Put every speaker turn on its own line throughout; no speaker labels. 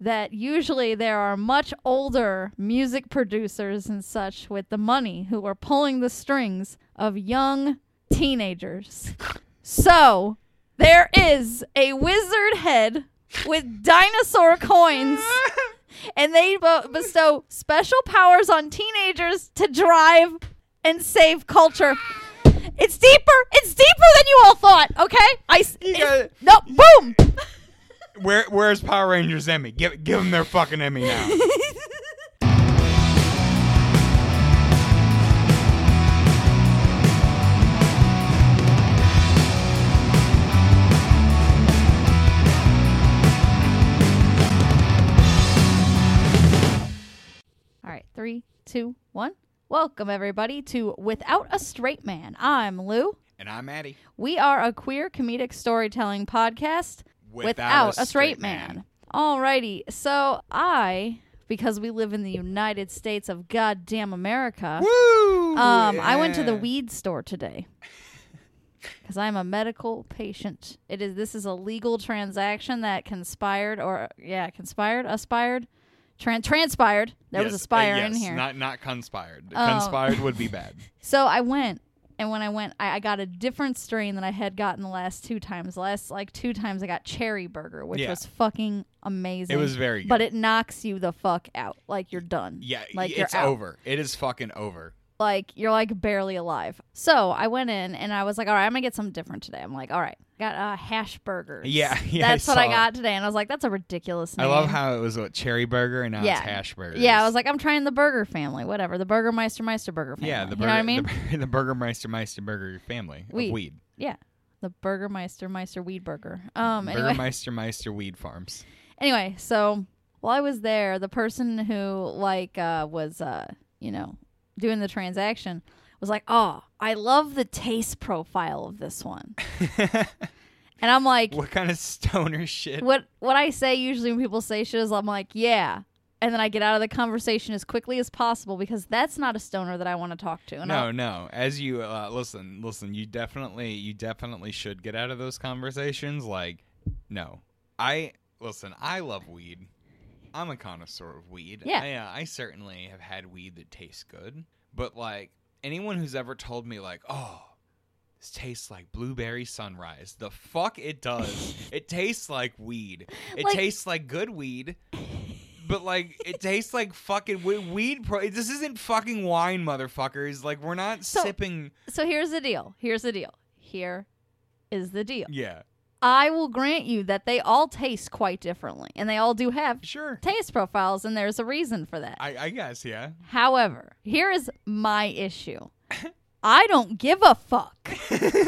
that usually there are much older music producers and such with the money who are pulling the strings of young teenagers. So there is a wizard head with dinosaur coins. And they bo- bestow special powers on teenagers to drive and save culture. It's deeper. It's deeper than you all thought. Okay, I. s-
You
it-
gotta-
no, boom.
Where where's Power Rangers Emmy? Give give them their fucking Emmy now.
All right, three, two, one. Welcome everybody to Without a Straight Man. I'm Lou.
and I'm Maddie.
We are a queer comedic storytelling podcast without, a, straight man. Alrighty, so I, because we live in the United States of goddamn America,
Woo!
um, I went to the
yeah.
weed store today because I'm a medical patient. It is this is a legal transaction that conspired or yeah conspired aspired, tran- transpired. There was
Yes,
a spire
uh, yes,
in here.
Not not conspired.
Oh.
Conspired would be bad.
So I went, and when I went, I, I got a different strain than I had gotten the last two times. Last like two times, I got cherry burger, which
Yeah.
was fucking amazing.
It was very good.
but it knocks you the fuck out. Like you're done.
yeah,
like
it's
you're out.
over. It is fucking over.
Like you're like barely alive. So I went in and I was like, all right, I'm gonna get something different today. I'm like, all right, got uh, hash burgers.
Yeah, yeah, I
that's what I
saw.
got today, and I was like, that's a ridiculous
I
name.
love how it was a cherry burger and now it's hash burgers.
Yeah, I was like, I'm trying the burger family, whatever. The Burger Meister Meister Burger family.
yeah, the
you
burger,
know what I mean?
the, the Burgermeister Meister Burger family
Weed.
of weed.
Yeah. The Burgermeister Meister Weed Burger. Um anyway,
Burgermeister Meister Weed Farms.
anyway, so while I was there, the person who like uh was uh, you know, doing the transaction was like, "Oh, I love the taste profile of this one." and I'm like,
What kind of stoner shit?
what what I say usually when people say shit is I'm like, "Yeah." And then I get out of the conversation as quickly as possible because that's not a stoner that I want to talk to. And
no,
I'll-
no. As you uh, listen, listen. You definitely, you definitely should get out of those conversations. Like, no, I listen. I love weed. I'm a connoisseur of weed.
Yeah.
I, uh, I certainly have had weed that tastes good. But like anyone who's ever told me, like, oh, this tastes like blueberry sunrise. The fuck it does. it tastes like weed. It
Like-
tastes like good weed. But like, it tastes like fucking we- weed. Pro- this isn't fucking wine, motherfuckers. Like, we're not
So-
sipping.
so here's the deal. Here's the deal. Here is the deal.
Yeah,
I will grant you that they all taste quite differently and they all do have
sure.
taste profiles, and there's a reason for that.
I, I guess. Yeah.
However, here is my issue I don't give a fuck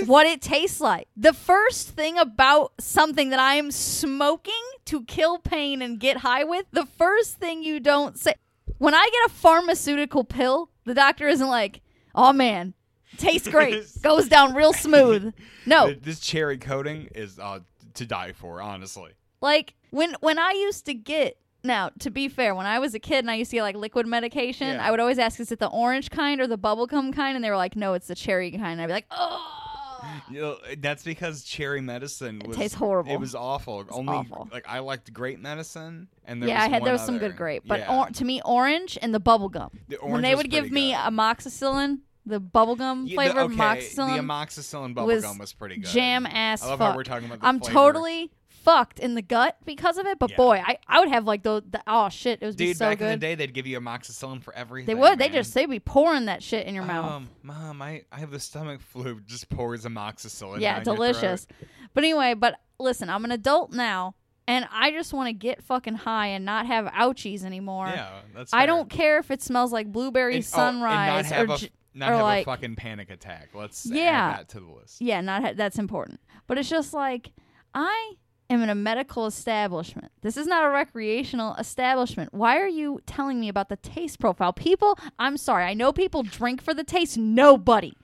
what it tastes like. The first thing about something that I am smoking to kill pain and get high with, the first thing you don't say when I get a pharmaceutical pill, the doctor isn't like, oh man. Tastes great. Goes down real smooth. No.
Th- This cherry coating is uh, to die for. Honestly.
Like when when I used to get now, to be fair, when I was a kid and I used to get like liquid medication,
Yeah.
I would always ask, is it the orange kind or the bubblegum kind? And they were like, no, it's the cherry kind. And I'd be like, oh.
You know, that's because cherry medicine was,
tastes horrible.
It was awful. Only
awful.
like I liked grape medicine, and there
Yeah,
was
I had
one
there was some
other.
good grape, but
Yeah.
or, to me, orange and the bubblegum.
The
When
orange
they
was
would give
pretty
me
good.
amoxicillin, the bubblegum
Yeah,
flavor
the, okay,
amoxicillin,
The amoxicillin bubblegum
was
was, pretty good.
jam ass.
I love
fuck.
how we're talking about. The
I'm
flavor.
totally fucked in the gut because of it, but
Yeah.
boy, I, I would have like those. The, oh shit, it was be
Dude,
so
back
good.
in the day, they'd give you amoxicillin for everything.
they would. They
man.
just they'd be pouring that shit in your mouth.
Um, mom, I, I have the stomach flu. Just pours amoxicillin.
yeah,
down your
delicious.
throat.
But anyway, but listen, I'm an adult now, and I just want to get fucking high and not have ouchies anymore.
Yeah, that's.
I
fair.
don't care if it smells like blueberry
And- oh, and
sunrise
not have
or
a,
j-
not
or
have
like-
a fucking panic attack. Let's
Yeah.
add that to the list.
yeah, not ha- that's important. But it's just like I am in a medical establishment. This is not a recreational establishment. Why are you telling me about the taste profile? People, I'm sorry. I know people drink for the taste. Nobody.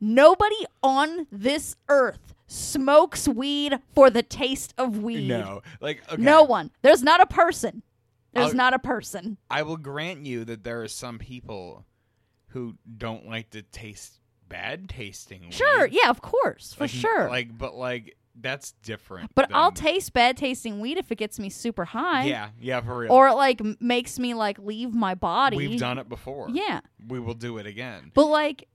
Nobody on this earth smokes weed for the taste of weed.
No, like okay.
No one. There's not a person. There's
I'll-
not a person.
I will grant you that there are some people who don't like to taste bad tasting.
Sure.
weed.
Yeah, of course. For
Like,
sure.
Like, but like, that's different.
But
than-
I'll taste bad tasting weed if it gets me super high.
Yeah, yeah, for real.
Or it like m- makes me like leave my body.
we've done it before.
Yeah.
we will do it again.
But like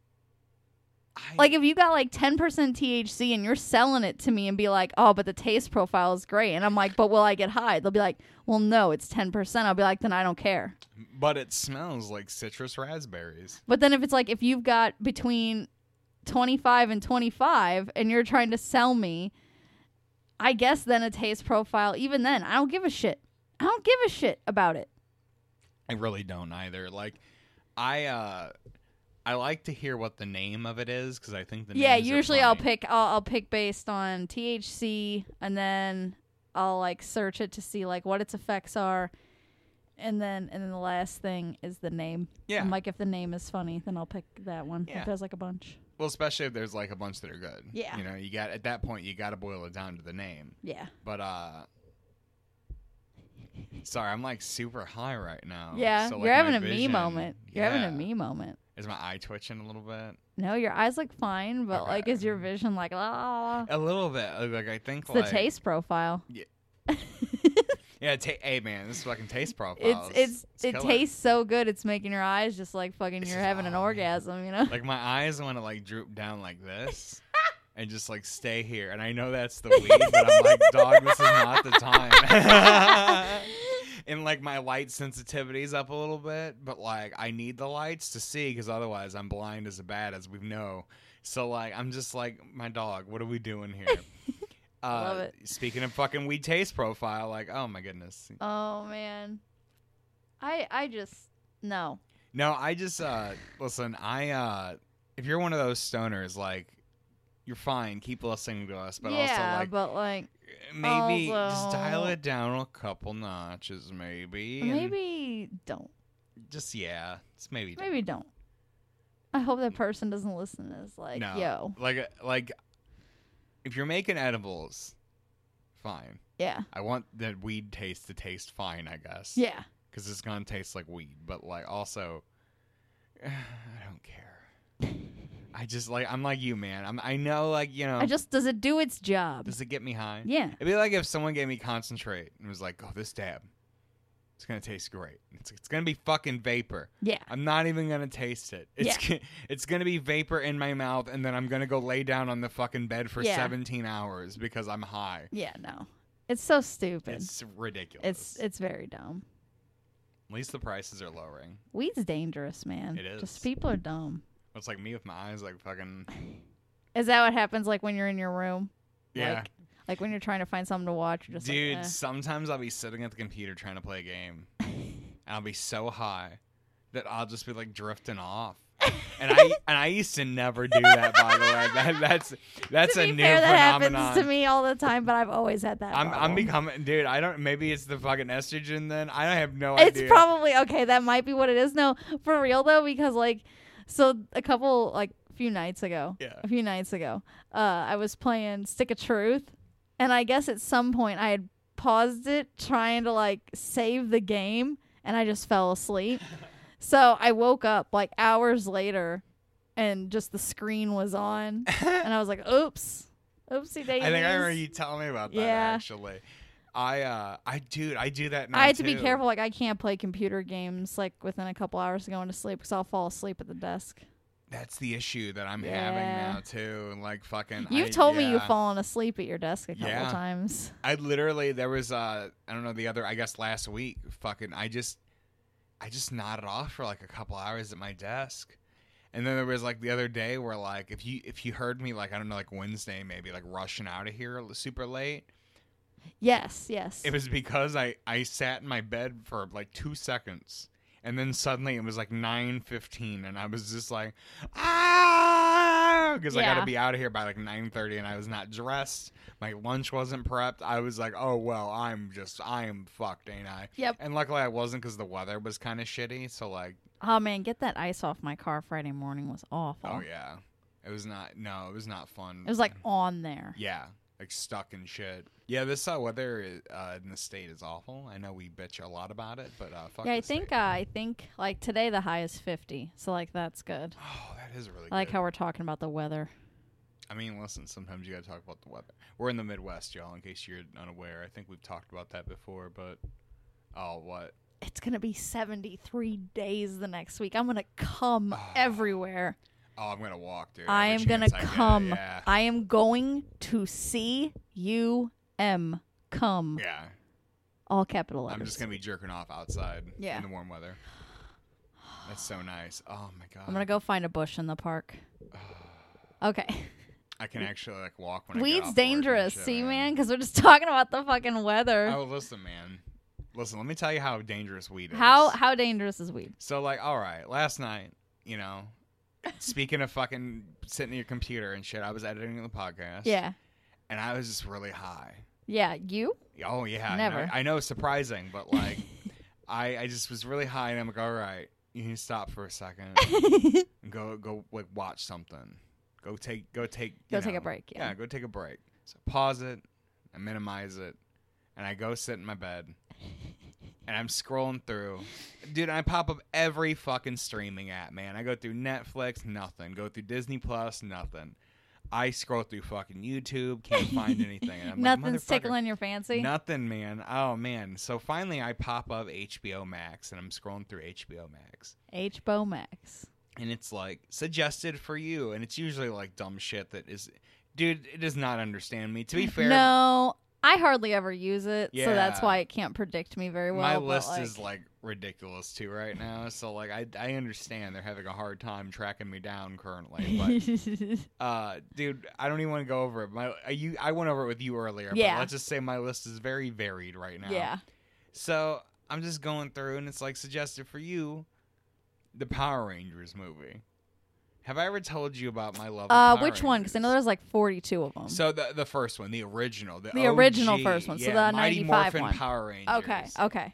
I,
like if you got like 10% THC and you're selling it to me and be like, "Oh, but the taste profile is great." And I'm like, "But will I get high?" They'll be like, "Well, no, it's 10%." I'll be like, "Then I don't care."
but it smells like citrus raspberries.
But then if it's like if you've got between 25 and 25 and you're trying to sell me, I guess then a taste profile, even then, I don't give a shit. I don't give a shit about it.
I really don't either. Like, I uh, I like to hear what the name of it is because I think the
yeah,
names are
usually I'll
funny.
pick I'll, I'll pick based on THC and then I'll like search it to see like what its effects are. And then and then the last thing is the name.
Yeah.
I'm like if the name is funny, then I'll pick that one.
Yeah.
If there's like a bunch.
Well, especially if there's like a bunch that are good.
Yeah.
You know, you got at that point you got to boil it down to the name.
Yeah.
But uh Sorry, I'm like super high right now.
yeah.
Oh, So, like,
you're having
my
a me
vision-
moment. You're having a
yeah.
me moment.
Is my eye twitching a little bit?
No, your eyes look fine, but
Okay.
like, is your vision like ah?
A little bit. uh, Like I think
It's
like
the taste profile.
Yeah. Yeah, ta- hey man, this fucking taste
it's
profile.
it's, it
killer.
tastes so good. It's making your eyes just like fucking.
It's
You're
just,
having an
"Oh, man."
orgasm, you know.
like my eyes want to like droop down like this. And just like stay here, and I know that's the weed, but I'm like, dog, this is not the time. and like my light sensitivity's up a little bit, but like I need the lights to see because otherwise I'm blind as a bat, as we know. So like I'm just like my dog. What are we doing here? uh,
Love it.
Speaking of fucking weed taste profile, like oh my goodness.
oh man, I I just no.
No, I just uh listen. I uh if you're one of those stoners, like you're fine. Keep listening to us, but
yeah,
also like
but like
maybe just
also-
dial it down a couple notches, maybe. and
maybe don't.
just yeah, just maybe. don't.
Maybe don't. I hope that person doesn't listen to this. Like,
No.
yo,
like uh, like if you're making edibles fine
yeah,
i want that weed taste to taste fine i guess
yeah.
because it's gonna taste like weed but like also i don't care i just like i'm like you man i'm i know like you know
I just does it do its job?
Um, does it get me high
Yeah.
it'd be like if someone gave me concentrate and was like oh this dab it's gonna taste great it's, it's gonna be fucking vapor
Yeah.
I'm not even gonna taste it. It's g- it's gonna be vapor in my mouth, and then I'm gonna go lay down on the fucking bed for
Yeah.
17 hours because I'm high.
Yeah. No. It's so stupid.
It's ridiculous.
it's, it's very dumb.
At least the prices are lowering.
Weed's dangerous, man.
It is.
Just people are dumb.
It's like me with my eyes, like fucking
Is that what happens like when you're in your room?
yeah,
Like, like when you're trying to find something to watch, you're just
dude.
like, eh.
Sometimes I'll be sitting at the computer trying to play a game, and I'll be so high that I'll just be like drifting off. and I and I used to never do that. By the way, that, that's that's
to
a
be
new
fair, that
phenomenon.
happens to me all the time, but I've always had that.
I'm, I'm
problem.
becoming, dude. I don't. Maybe it's the fucking estrogen. Then I have no
It's
idea.
probably okay. That might be what it is. No, for real though, because like, so a couple like few nights ago,
Yeah.
a few nights ago, uh, I was playing Stick of Truth, and I guess at some point I had paused it trying to like save the game, and I just fell asleep. so I woke up like hours later, and just the screen was on, and I was like, "Oops, oopsie daisy."
I think I remember you telling me about that.
Yeah.
Actually, I, uh, I, dude, I do that. Now
I had to be
too.
careful. Like I can't play computer games like within a couple hours of going to sleep because I'll fall asleep at the desk.
That's the issue that I'm
Yeah.
having now too. And like fucking,
You've
I-
told me you've
yeah.
fallen asleep at your desk a couple
Yeah.
times.
I literally there was uh, I don't know the other. I guess last week, fucking, I just, I just nodded off for like a couple hours at my desk. And then there was like the other day where like if you if you heard me like I don't know like Wednesday maybe like rushing out of here super late
Yes, yes.
It was because I I sat in my bed for like two seconds, and then suddenly it was like nine fifteen, and I was just like, ah, because I got
Yeah.
to be out of here by like nine thirty, and I was not dressed. My lunch wasn't prepped. I was like, oh well, I'm just I am fucked, ain't I?
Yep.
And luckily I wasn't because the weather was kind of shitty. So like,
oh man, get that ice off my car. Friday morning was awful.
oh yeah, it was not. No, it was not fun.
It was like on there.
Yeah, like stuck and shit. Yeah, this uh, weather is, uh, in the state is awful. I know we bitch a lot about it, but uh, fuck
Yeah, I
the
think uh,
state.
I think like today the high is 50, so like that's good.
Oh, that is really
I like
good.
how we're talking about the weather.
I mean, listen, sometimes you got to talk about the weather. We're in the Midwest, y'all, in case you're unaware. I think we've talked about that before, but oh, what?
It's gonna be 73 days the next week. I'm gonna come everywhere.
Oh, I'm going to walk, dude.
I am
Every
gonna
chance I get,
come.
Yeah.
I am going to see you M come.
yeah.
All capital letters.
I'm just going to be jerking off outside
Yeah.
in the warm weather. That's so nice. Oh, my God.
I'm gonna go find a bush in the park. Okay.
I can actually, like, walk when I get off
Weed's
work and
dangerous,
shit,
see, man, because we're just talking about the fucking weather.
Oh, listen, man. Listen, let me tell you how dangerous weed is.
how how dangerous is weed?
So like, all right, last night, you know, speaking of fucking sitting at your computer and shit, I was editing the podcast.
Yeah,
And I was just really high.
yeah. You?
Oh yeah. I
Never.
know- I know, surprising, but like, I I just was really high, and I'm like, all right, you need to stop for a second and go go like watch something. Go take go take you
Go take a
know,
break, yeah.
yeah, go take a break. So pause it, I minimize it, and I go sit in my bed. And I'm scrolling through. Dude, I pop up every fucking streaming app, man. I go through Netflix, nothing. Go through Disney Plus, nothing. I scroll through fucking YouTube, can't find anything. And I'm like,
Nothing's
"Motherfucker,
tickling your fancy.
Nothing, man. Oh man. So finally I pop up HBO Max and I'm scrolling through HBO Max
H. Bo Max.
and it's like suggested for you and it's usually like dumb shit that is dude it does not understand me to be fair
No, I hardly ever use it, so that's
Yeah.
why it can't predict me very well.
my
but,
list
like,
is like ridiculous too right now so like I, I understand they're having a hard time tracking me down currently but uh dude i don't even want to go over it my uh, you i went over it with you earlier
Yeah.
but let's just say my list is very varied right now
yeah,
so i'm just going through and it's like suggested for you the power rangers movie have i ever told you about my love of
uh,
Power
which one? Because I know
Rangers?
there's like 42 of them.
So the the first one, the original, the,
Um, The original
OG,
first one, so
yeah,
the
Mighty
95
Morphin
one.
Power Rangers.
okay, okay.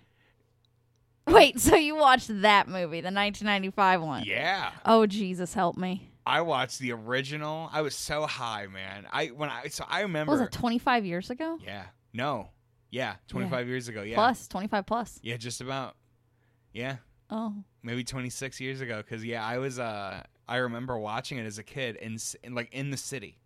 Wait, so you watched that movie, the 1995 one?
Yeah,
Oh Jesus, help me!
I watched the original. I was so high, man. I when I so I remember.
What was it 25 years ago?
Yeah. No. Yeah. Twenty five years ago. Yeah.
Plus 25 plus.
Yeah, just about. Yeah,
Oh,
maybe twenty six years ago. Because yeah, I was. Uh, I remember watching it as a kid, and like in the city,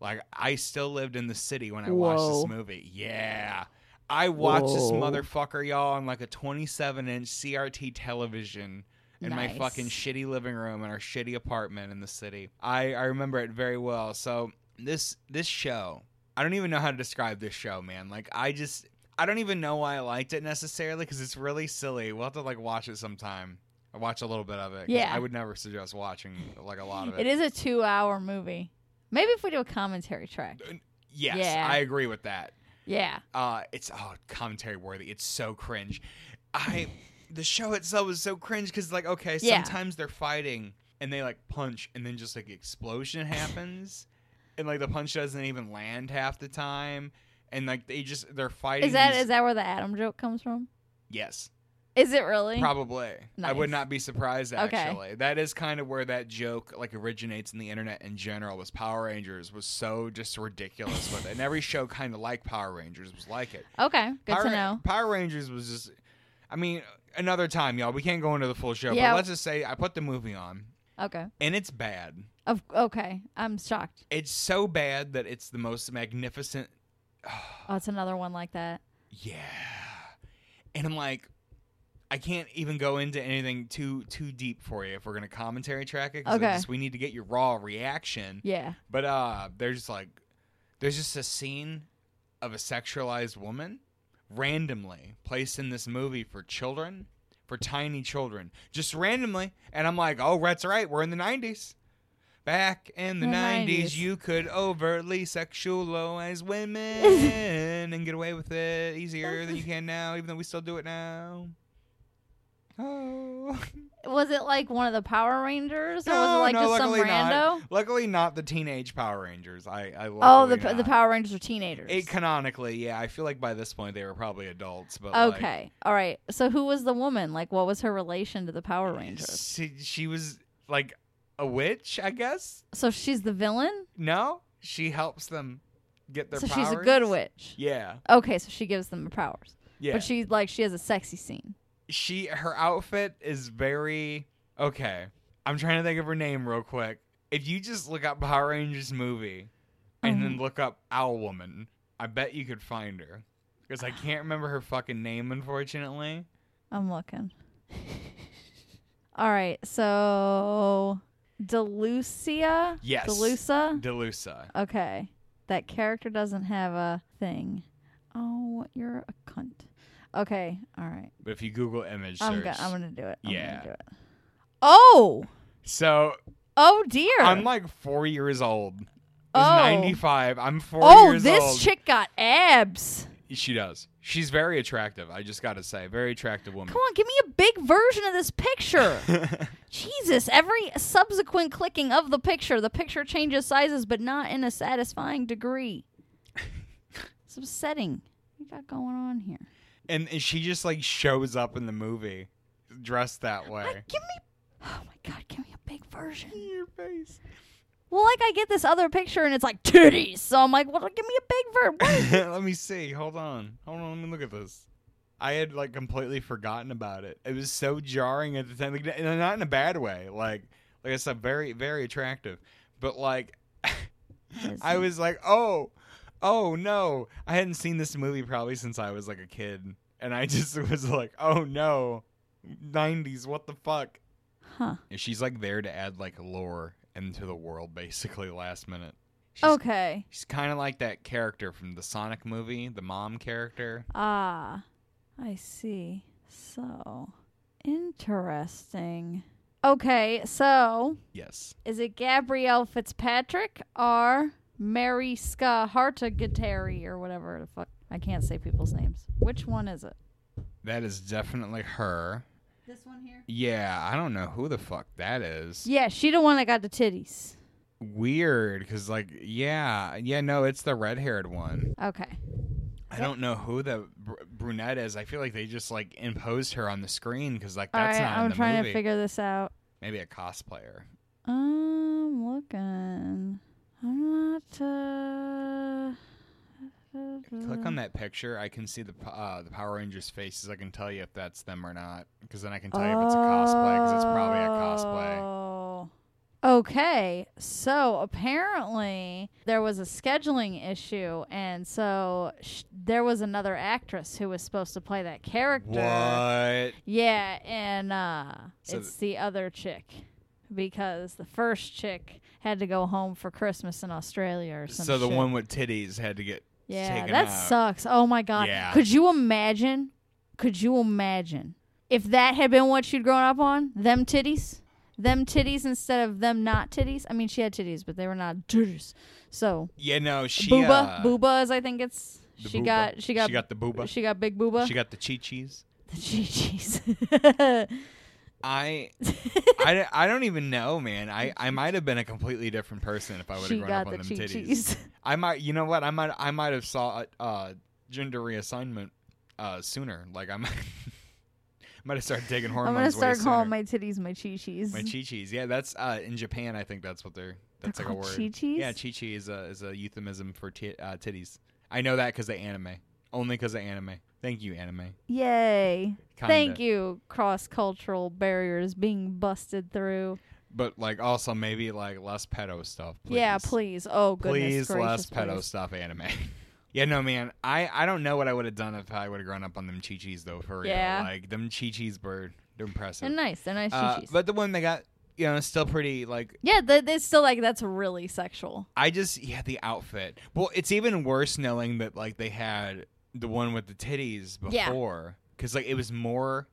like I still lived in the city when I
Whoa.
watched this movie. Yeah. I watched this
Whoa.
motherfucker, y'all, on like a 27 inch CRT television in
Nice.
my fucking shitty living room in our shitty apartment in the city. I, I remember it very well. So this this show, I don't even know how to describe this show, man. Like I just I don't even know why I liked it necessarily because it's really silly. We'll have to like watch it sometime. I watch a little bit of it. 'cause
Yeah.
I would never suggest watching like a lot of
it is a two-hour movie. Maybe if we do a commentary track.
Yes,
Yeah.
I agree with that.
Yeah.
uh it's oh commentary worthy it's so cringe i the show itself is so cringe because like okay
Yeah.
sometimes they're fighting and they like punch and then just like explosion happens and like the punch doesn't even land half the time and like they just they're fighting
Is that
these-
is that where the Adam joke comes from?
yes
Is it really?
probably i
Nice.
would not be surprised
Okay.
actually that is kind of where that joke like originates in the internet in general was power rangers was so just ridiculous with it and every show kind of like power rangers was like it
Okay, good
Power,
to know.
Power Rangers was just, I mean, another time, y'all. We can't go into the full show,
Yeah.
but let's just say I put the movie on,
Okay,
and it's bad.
of okay, I'm shocked.
It's so bad that it's the most magnificent.
Oh, it's another one like that.
Yeah, and I'm like, I can't even go into anything too too deep for you if we're gonna commentary track it. 'cause I
Okay.
just- we need to get your raw reaction.
Yeah.
But uh there's like there's just a scene of a sexualized woman randomly placed in this movie for children, for tiny children. Just randomly. And I'm like, oh that's right, we're in the nineties. Back in the
The
nineties
90s.
you could overtly sexualize women and get away with it easier than you can now, even though we still do it now. Oh,
Was it like one of the Power Rangers, or
no,
was it like
no,
just some
luckily
rando?
not. Luckily, not the teenage Power Rangers. I, I
Oh,
luckily
the the
not.
Power Rangers are teenagers.
It canonically, yeah. I feel like by this point they were probably adults, but like,
okay, all right. So who was the woman? Like, what was her relation to the Power Rangers?
she, she was like a witch, I guess.
So she's the villain.
No, she helps them get their.
So
powers.
she's a good witch.
Yeah,
Okay, so she gives them the powers,
yeah.
but she like she has a sexy scene.
she her outfit is very okay. I'm trying to think of her name real quick. If you just look up Power Rangers movie, and
Mhm.
then look up Owl Woman. I bet you could find her because I can't remember her fucking name, unfortunately.
I'm looking. All right, so Delucia.
Yes.
Delusa.
Delusa.
Okay, that character doesn't have a thing. Oh, you're a cunt. Okay, all right.
But if you Google image
I'm
search,
gonna I'm gonna do it. I'm
Yeah.
gonna do it. Oh,
so
oh dear.
I'm like four years old. It's
Oh.
95. I'm four
oh,
years
this
old.
chick got abs.
she does. She's very attractive. I just got to say, very attractive woman.
Come on, give me a big version of this picture. Jesus, every subsequent clicking of the picture, the picture changes sizes, but not in a satisfying degree. it's upsetting. What you got going on here?
and, and she just like shows up in the movie dressed that
I-
way.
give me. Oh my god, give me a big version.
Your face.
Well, like I get this other picture and it's like titties, so I'm like, well, give me a big version.
let me see. Hold on. Hold on. Let me look at this. I had like completely forgotten about it. It was so jarring at the time. Like, n- not in a bad way. Like, like I said, very, very attractive. But like, I was like, oh, oh no. I hadn't seen this movie probably since I was like a kid, and I just was like, oh no, '90s. What the fuck?
Huh.
And she's like there to add like lore into the world, basically last minute. She's,
Oh, Okay.
She's kind of like that character from the Sonic movie, the mom character.
Ah, I see. So interesting. Okay, so
Yes.
is it Gabrielle Fitzpatrick or Mariska Hartagateri or whatever the fuck? I can't say people's names. Which one is it?
That is definitely her.
This one here.
Yeah, I don't know who the fuck that is.
Yeah, she the one that got the titties.
Weird, cause like, yeah, yeah, no, it's the red-haired one.
Okay.
I don't know who the br- brunette is. I feel like they just like imposed her on the screen, cause like
All
that's
right,
not in
I'm
the
trying
movie.
to figure this out.
Maybe a cosplayer.
I'm looking. I'm not. Uh,
Click
Mm.
on that picture. I can see the p- uh, the Power Rangers faces. I can tell you if that's them or not, because then I can tell you if it's a cosplay, because it's probably a cosplay.
Oh. Okay, so apparently there was a scheduling issue, and so sh- there was another actress who was supposed to play that character.
What?
Yeah, and uh,
So
it's the other chick because the first chick had to go home for Christmas in Australia or something.
So the one with titties had to get
Yeah,
taken
that
out.
sucks. Oh my god.
Yeah.
Could you imagine? Could you imagine if that had been what you'd grown up on? Them titties, them titties instead of them not titties. I mean, she had titties, but they were not titties. So
Yeah, no, she
booba,
uh,
booba is I think it's
the
she
booba.
got she got
she got the booba. She,
she got big booba.
got the chi chis.
the GGs.
I, I, I don't even know, man. I, I might have been a completely different person if I would
she
have grown
got
up on
the
them
cheat
titties.
cheese.
I might, you know what? I might, I might have saw uh, gender reassignment uh, sooner. Like I might, might have started taking
I'm
hormones.
gonna start
way
calling
sooner.
my titties my chi cheese.
my chi chis. Yeah, that's uh, in Japan. I think that's what they're. That's like a
called
word.
chi-chis?
Yeah, chi chi is a is a euphemism for ti uh, titties. I know that because they anime. Only because of anime. Thank you, anime.
Yay!
Kinda.
Thank you, cross cultural barriers being busted through.
But like, also maybe like less pedo stuff. Please.
Yeah, please. Oh goodness
Please
gracious.
less pedo
please.
stuff anime. yeah, no man. I I don't know what I would have done if I would have grown up on them chi chis though. For real,
Yeah.
like them chi chis were they're impressive.
They're nice. They're nice
Uh,
cheese.
but the one they got, you know, still pretty like
yeah, they they still like that's really sexual.
I just yeah the outfit. Well, it's even worse knowing that like they had the one with the titties
Yeah.
before because like it was more,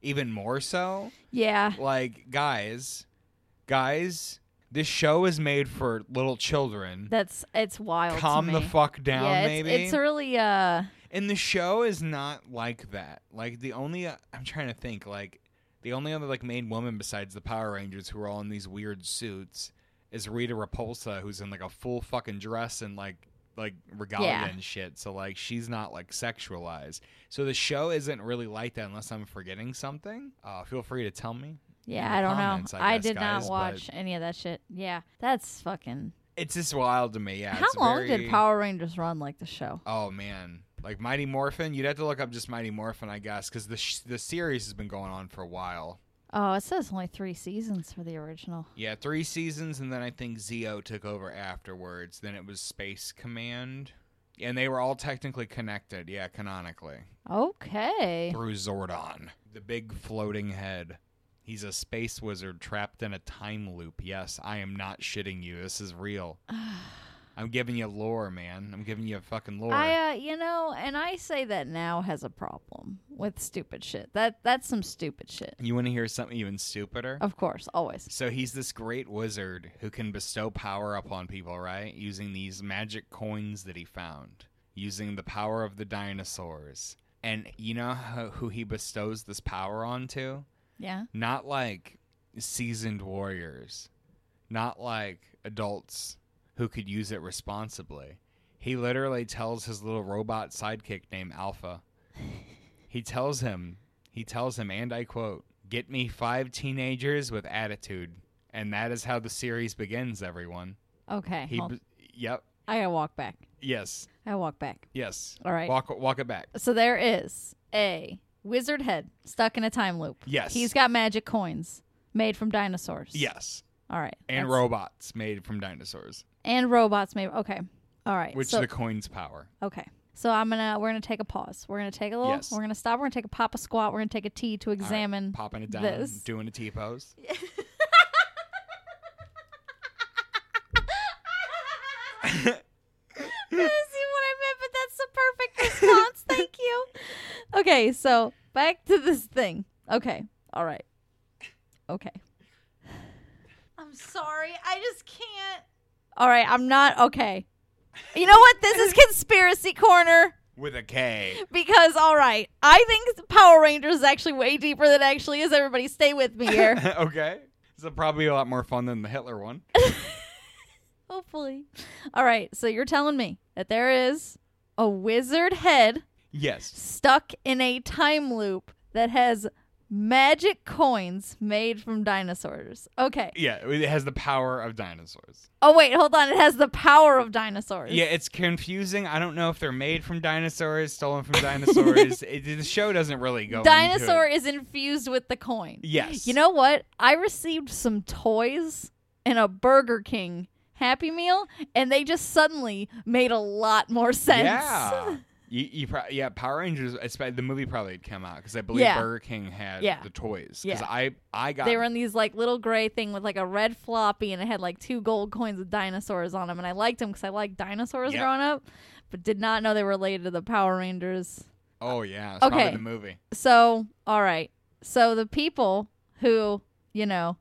even more so.
Yeah.
Like guys, guys, this show is made for little children.
That's it's wild. to
Calm the
me.
fuck down,
yeah, it's,
maybe.
it's really uh
and the show is not like that. Like the only uh, I'm trying to think like the only other like main woman besides the Power Rangers who are all in these weird suits is Rita Repulsa who's in like a full fucking dress and like like regalia
Yeah.
and shit. So like she's not like sexualized. So the show isn't really like that unless I'm forgetting something. Uh, feel free to tell me. in
yeah,
the
I don't
comments,
know.
I
I,
guess,
did
guys,
not
but-
watch any of that shit. Yeah. That's fucking
It's just wild to me. Yeah.
How
it's
long
very-
did Power Rangers run like the show?
Oh man, like Mighty Morphin. You'd have to look up just Mighty Morphin, I guess, because the sh- the series has been going on for a while.
Oh, it says only three seasons for the original.
Yeah, three seasons, and then I think Zio took over afterwards. Then it was Space Command, and they were all technically connected, yeah, canonically
Okay.
through Zordon, the big floating head. He's a space wizard trapped in a time loop. Yes, I am not shitting you. This is real. I'm giving you lore, man. I'm giving you fucking lore.
I, uh, you know, and I say that now has a problem with stupid shit. That that's some stupid shit.
you want to hear something even stupider?
Of course, always.
So he's this great wizard who can bestow power upon people, right? Using these magic coins that he found, using the power of the dinosaurs. And you know ho- who he bestows this power onto?
Yeah.
Not like seasoned warriors, not like adults who could use it responsibly. He literally tells his little robot sidekick named Alpha. He tells him, he tells him, and I quote, "Get me five teenagers with attitude," and that is how the series begins. Everyone.
Okay.
He.
hold-
b- Yep.
I gotta walk back.
Yes.
I gotta walk back.
Yes.
All right.
Walk. Walk it back.
So there is a wizard head stuck in a time loop.
Yes.
He's got magic coins made from dinosaurs.
Yes.
All right.
And
that's-
robots made from dinosaurs,
and robots made. Okay. All right.
which
so,
the coins power.
okay. So I'm gonna we're gonna take a pause. We're gonna take a little.
Yes.
We're gonna stop. We're gonna take a pop a squat. We're gonna take a tea to
All right,
examine.
popping it down,
this.
doing a T pose.
see what I meant, but that's the perfect response. Thank you. Okay, so back to this thing. Okay, all right. Okay. I'm sorry. I just can't. All right, I'm not okay. You know what? This is conspiracy corner
with a K.
because all right, I think Power Rangers is actually way deeper than it actually is. Everybody, stay with me here.
okay. So probably a lot more fun than the Hitler one.
Hopefully. All right, so you're telling me that there is a wizard head
Yes.
stuck in a time loop that has magic coins made from dinosaurs. Okay.
Yeah, it has the power of dinosaurs.
Oh wait, hold on. It has the power of dinosaurs.
Yeah, it's confusing. I don't know if they're made from dinosaurs, stolen from dinosaurs. it, the show doesn't really go. into it.
Dinosaur is infused with the coin.
Oh, Yes.
You know what? I received some toys and a Burger King Happy Meal, and they just suddenly made a lot more sense.
Yeah. You, you pro- yeah, Power Rangers. I spe- The movie probably had come out because I believe
Yeah.
Burger King had
Yeah.
the toys. Because
Yeah.
I I got
They were in these like little gray thing with like a red floppy, and it had like two gold coins with dinosaurs on them. And I liked them because I liked dinosaurs
Yeah.
growing up, but did not know they were related to the Power Rangers.
oh yeah, it's probably
Okay.
the movie.
So, all right. So the people who you know,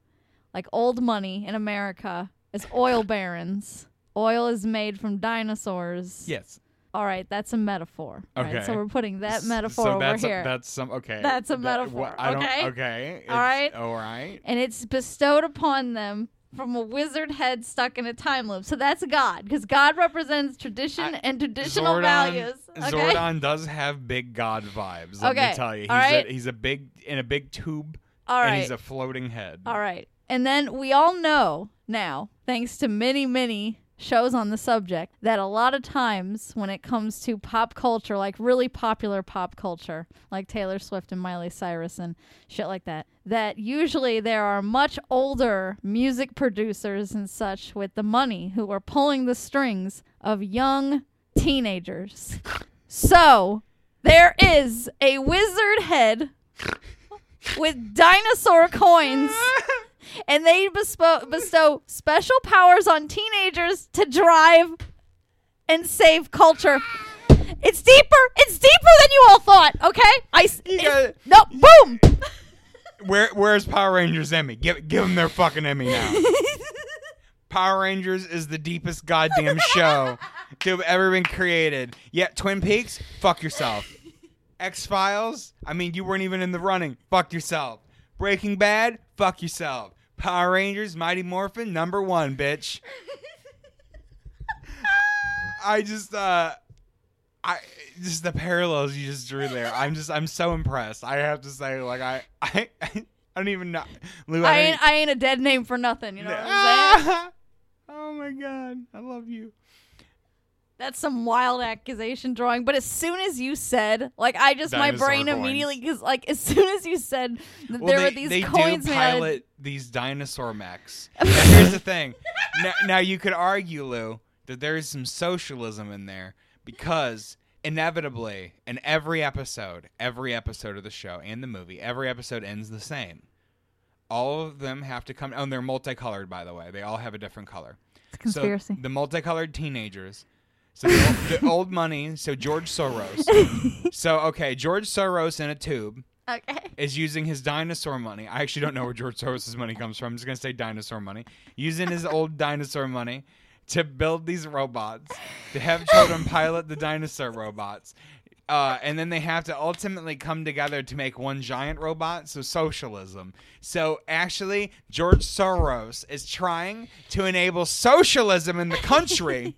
like old money in America is oil barons. Oil is made from dinosaurs.
Yes.
All right, that's a metaphor. All right, So
Okay.
we're putting that
S-
metaphor
so
over
that's
here.
A, that's some okay.
That's a
That-
metaphor,
wha- I don't,
okay?
Okay.
All right.
All right.
and it's bestowed upon them from a wizard head stuck in a time loop. So that's God, because God represents tradition
I-
and traditional
Zordon-
values. Okay.
Zordon does have big god vibes. Let
Okay,
me tell you, he's,
all right.
a, he's a big in a big tube,
All
and
right.
he's a floating head.
all right. And then we all know now, thanks to many, many shows on the subject, that a lot of times when it comes to pop culture, like really popular pop culture, like Taylor Swift and Miley Cyrus and shit like that, that usually there are much older music producers and such with the money who are pulling the strings of young teenagers. So there is a wizard head with dinosaur coins. And they bespo- bestow special powers on teenagers to drive and save culture. It's deeper. It's deeper than you all thought. Okay, I. s-
got it.
no, boom.
Where where's Power Rangers Emmy? Give give him their fucking Emmy now. Power Rangers is the deepest goddamn show to have ever been created. Yeah, Twin Peaks, fuck yourself. X Files, I mean, you weren't even in the running. Fuck yourself. Breaking Bad, fuck yourself. Power Rangers, Mighty Morphin, number one, bitch. I just, uh, I just the parallels you just drew there. I'm just, I'm so impressed. I have to say, like, I, I, I don't even know. Lou,
I
don't-
ain't, I ain't a dead name Ah! for nothing. You know what I'm saying?
Ah! Oh my god, I love you.
That's some wild accusation drawing. But as soon as you said, like, I just my
Dinosaur
brain
coins.
immediately because, like, as soon as you said that
Well,
there
they,
were these
they
coins
do
made out of-
pilot these dinosaur mechs. Now, here's the thing. Now, now you could argue, Lou, that there is some socialism in there because inevitably, in every episode, every episode of the show and the movie, every episode ends the same. All of them have to come, oh, and they're multicolored, by the way. They all have a different color.
conspiracy.
So the multicolored teenagers. So the, old, the old money. So George Soros. so okay, George Soros in a tube
okay.
is using his dinosaur money. I actually don't know where George Soros' money comes from. I'm just gonna say dinosaur money. Using his old dinosaur money to build these robots to have children pilot the dinosaur robots. Uh, and then they have to ultimately come together to make one giant robot, so socialism. So actually, George Soros is trying to enable socialism in the country.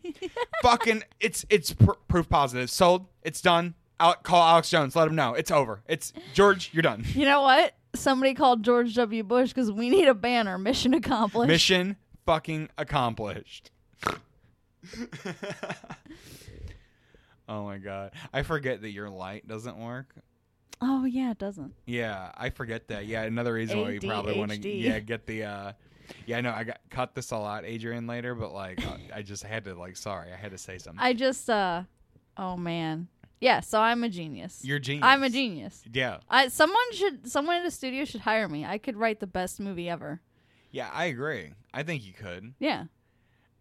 Fucking, it's it's pr- proof positive. Sold. It's done. Al- call Alex Jones. Let him know it's over. It's George. You're done.
You know what? Somebody called George W. Bush because we need a banner. Mission accomplished.
Mission fucking accomplished. oh my god. I forget that your light doesn't work.
oh yeah, it doesn't.
Yeah, I forget that. Yeah, another reason why you probably want to
ADHD.
yeah, get the uh yeah, I know I got cut this all out, Adrian, later, but like uh, I just had to like sorry, I had to say something.
I just uh, oh man, yeah. So I'm a genius.
You're a genius.
I'm a genius.
Yeah.
I someone should someone in a studio should hire me. I could write the best movie ever.
Yeah, I agree. I think you could.
Yeah.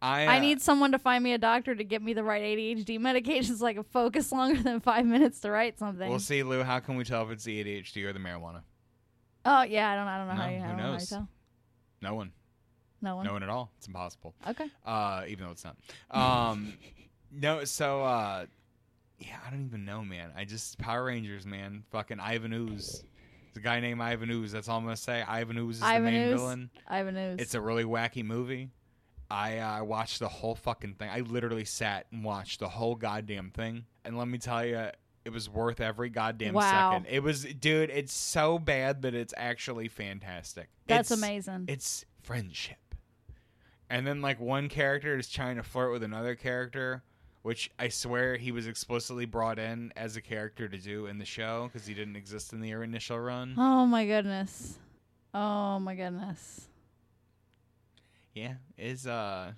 I
I
uh,
need someone to find me a doctor to get me the right ADHD medications so I can focus longer than five minutes to write something.
We'll see, Lou, how can we tell if it's the ADHD or the marijuana?
oh yeah, I don't I don't know
No,
how you
who
I don't know how you
knows?
tell.
No one.
No one.
No one at all. It's impossible.
Okay.
uh, even though it's not. Um, no, so uh, yeah, I don't even know, man. I just Power Rangers, man. Fucking Ivan Ooze. It's a guy named Ivan Ooze. That's all I'm gonna say. Ivan Ooze is
Ivan
the main
Ooze.
villain.
I have a news.
It's a really wacky movie. I uh, I watched the whole fucking thing. I literally sat and watched the whole goddamn thing. And let me tell you, it was worth every goddamn
Wow.
second. It was, dude. It's so bad that it's actually fantastic.
That's
It's-
amazing.
it's friendship. And then like one character is trying to flirt with another character, which I swear he was explicitly brought in as a character to do in the show because he didn't exist in the initial run.
oh my goodness. Oh my goodness.
Yeah, is uh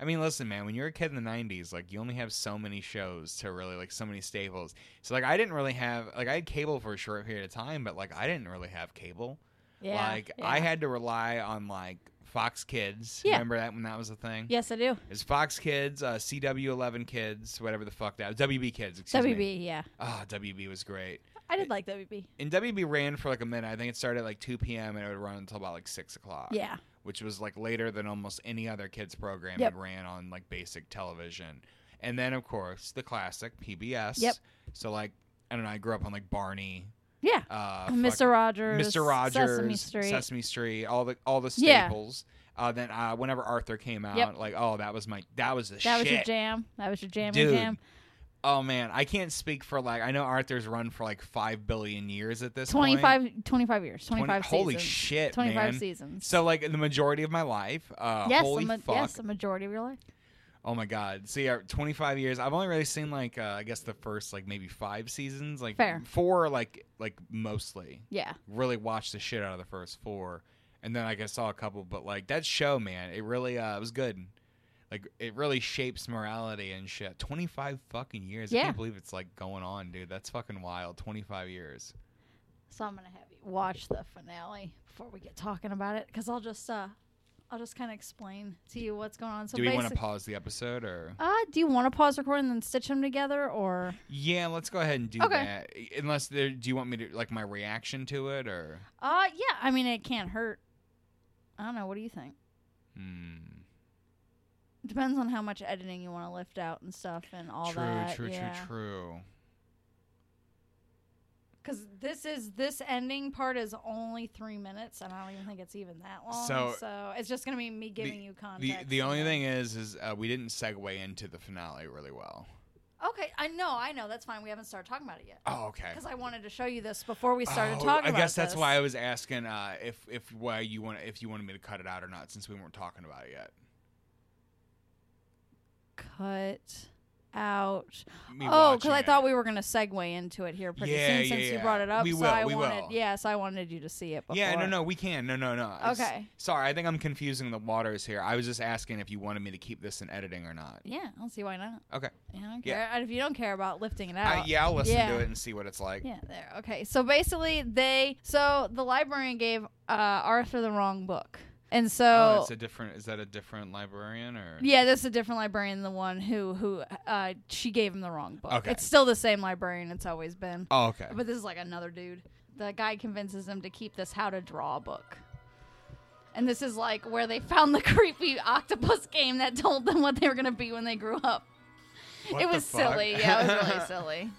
I mean, listen, man, when you're a kid in the 90s, like you only have so many shows to really like so many staples. So like I didn't really have like I had cable for a short period of time, but like I didn't really have cable.
Yeah.
like
yeah.
I had to rely on like Fox Kids.
Yeah.
Remember that when that was a thing?
Yes, I do.
It's Fox Kids, uh, CW11 Kids, whatever the fuck that WB Kids, excuse me.
WB, yeah.
Oh, WB was great.
I did like WB.
And WB ran for like a minute. I think it started at like 2 p.m. and it would run until about like 6 o'clock.
Yeah.
Which was like later than almost any other kids program
Yep.
that ran on like basic television. And then, of course, the classic PBS.
Yep.
So, like, I don't know, I grew up on like Barney,
Yeah.
uh, fucking-
Mr. Rogers.
Mr. Rogers,
Sesame Street.
Sesame Street, all the all the
Yeah.
staples. Uh, then uh, whenever Arthur came out,
Yep.
like oh that was my that was the
that
shit.
was your jam. That was your jam
Dude.
jam.
Oh man, I can't speak for like I know Arthur's run for like five billion years at this point.
25, 25 years. 25
Twenty- Holy
seasons.
shit,
25
man.
seasons.
So like the majority of my life. Uh,
yes,
holy
a ma-
fuck.
yes, a majority of your life.
Oh my god. See, uh, 25 years. I've only really seen like uh, I guess the first like maybe five seasons, like
Fair.
four, like like mostly.
Yeah.
really watched the shit out of the first four, and then like I saw a couple, but like that show, man, it really uh, it was good. Like it really shapes morality and shit. Twenty five fucking years. I
Yeah.
can't believe it's like going on, dude. That's fucking wild. Twenty five years.
So I'm gonna have you watch the finale before we get talking about it, because I'll just uh, I'll just kind of explain to you what's going on. So
Do we want to
basically,
pause the episode or?
uh, do you want to pause recording and then stitch them together, or
Yeah, let's go ahead and do
Okay.
that. Unless there, do you want me to like my reaction to it or?
uh, yeah, I mean it can't hurt. I don't know. What do you think?
Hmm.
Depends on how much editing you want to lift out and stuff and all
true,
that.
true,
yeah.
true, true.
Because this is this ending part is only three minutes, and I don't even think it's even that long. So,
So-
it's just gonna be me giving you
The
context.
the only
yeah.
thing is, is uh, we didn't segue into the finale really well.
Okay, I know, I know. That's fine. We haven't started talking about it yet.
Oh, okay.
because I wanted to show you this before we started
Oh,
talking.
I
about
guess that's
this.
why I was asking uh, if if why you want if you wanted me to cut it out or not since we weren't talking about it yet.
cut out.
me
oh,
watching
because I
it.
thought we were going to segue into it here pretty
Yeah,
soon
yeah,
since you
yeah.
brought it up.
We
so
will,
I
we
wanted,
will.
yes, I wanted you to see it before.
Yeah, no, no, we can. No, no, no. It's-
Okay.
Sorry, I think I'm confusing the waters here. I was just asking if you wanted me to keep this in editing or not.
Yeah, I don't see why not.
Okay.
I don't
Yeah.
care. And if you don't care about lifting it
I,
out,
yeah, I'll listen
Oh. Yeah.
to it and see what it's like.
Yeah, there. Okay. So basically, they so the librarian gave uh, Arthur the wrong book, and
Oh,
so
it's a different. Is that a different librarian or?
yeah, this is a different librarian than the one who who uh, she gave him the wrong book.
Okay.
It's still the same librarian. It's always been,
Oh, okay.
but this is like another dude. The guy convinces him to keep this how to draw book. And this is like where they found the creepy octopus game that told them what they were gonna be when they grew up.
What
it
the
was
fuck?
silly. Yeah, it was really silly.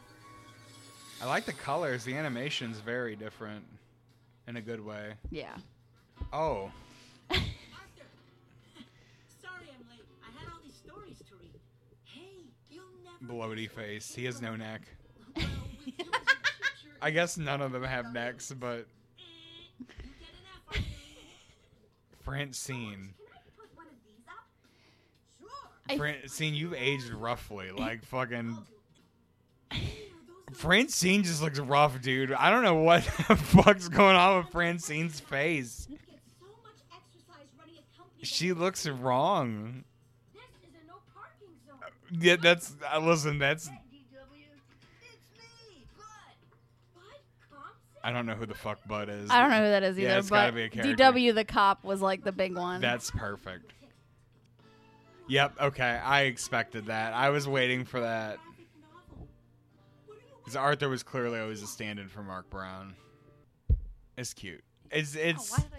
I like the colors. The animation's very different, in a good way.
Yeah.
Oh,
Arthur! Sorry I'm late. I had all these stories to read. Hey, you'll never.
bloaty face. He has no neck.
Well, with you as a teacher,
I guess none of them have necks, but
eh, you get an F, Arthur.
Francine.
Put one of these up? Sure.
I-
Francine, you've aged roughly. Like fucking.
Here, those are
Francine just looks rough, dude. I don't know what the fuck's going on with Francine's face.
you get so much exercise running a company. that-
She looks wrong.
This is a no parking zone.
Yeah, that's. Uh, listen, that's.
DW. It's me, Bud. Bud Compson?
I don't know who the fuck Bud is.
I don't know who that is either,
Yeah, it's
but
gotta be a character.
DW the cop was like the big one.
That's perfect. Yep. Okay. I expected that. I was waiting for that.
Graphic novel. What are you
Because Arthur was clearly always a stand-in for Mark Brown. It's cute.
Oh,
It's it's
I close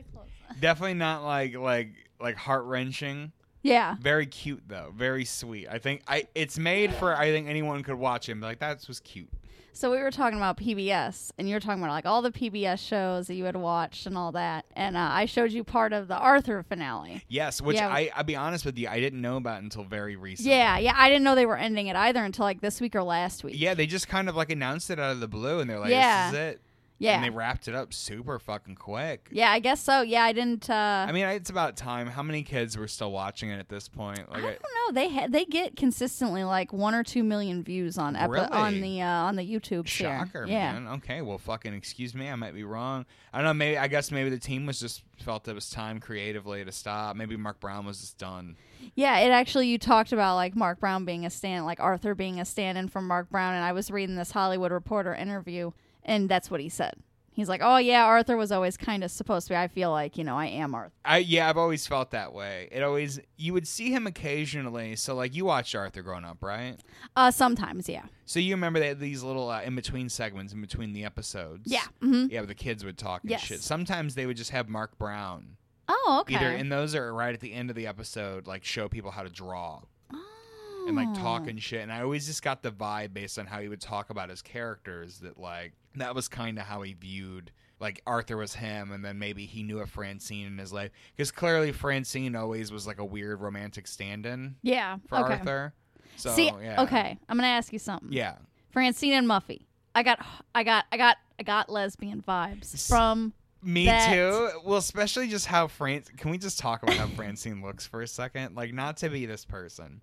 that?
definitely not like like like heart wrenching.
Yeah.
Very cute though. Very sweet. I think I it's made for I think anyone could watch him. Like that was cute.
So we were talking about PBS, and you were talking about like all the PBS shows that you had watched and all that, and uh, I showed you part of the Arthur finale.
Yes, which
Yeah.
I I'll be honest with you, I didn't know about until very recently.
Yeah, yeah. I didn't know they were ending it either until like this week or last week.
Yeah, they just kind of like announced it out of the blue, and they're like,
Yeah.
"This is it."
yeah,
And they wrapped it up super fucking quick.
yeah. I guess so. Yeah, I didn't. Uh,
I mean, it's about time. How many kids were still watching it at this point?
I
Like, I-
don't know. They ha- they get consistently like one or two million views on epi- on
Really?
the uh, on the YouTube. share.
Shocker,
yeah.
man. Okay, well, fucking excuse me. I might be wrong. I don't know. Maybe I guess maybe the team was just felt it was time creatively to stop. Maybe Mark Brown was just done.
Yeah, it actually you talked about like Mark Brown being a stand like Arthur being a stand in for Mark Brown and I was reading this Hollywood Reporter interview and that's what he said. He's like, "Oh yeah, Arthur was always kind of supposed to be. I feel like, you know, I am Arthur."
I yeah, I've always felt that way. It always you would see him occasionally. So like you watched Arthur growing up, right?
Uh sometimes, yeah.
So you remember they had these little uh, in between segments in between the episodes.
Yeah. hmm
Yeah, where the kids would talk and
Yes.
shit. Sometimes they would just have Mark Brown.
Oh, okay.
Either in those or right at the end of the episode, like show people how to draw.
oh.
and like talk and shit. And I always just got the vibe based on how he would talk about his characters that like that was kind of how he viewed like Arthur was him, and then maybe he knew a Francine in his life because clearly Francine always was like a weird romantic stand-in
Yeah.
for
okay.
Arthur. So
See,
yeah,
okay. I'm going to ask you something.
yeah.
Francine and Muffy. I got I got I got I got lesbian vibes
S-
from
Me
That-
too. Well, especially just how Fran. Can we just talk about how Francine looks for a second? Like, not to be this person.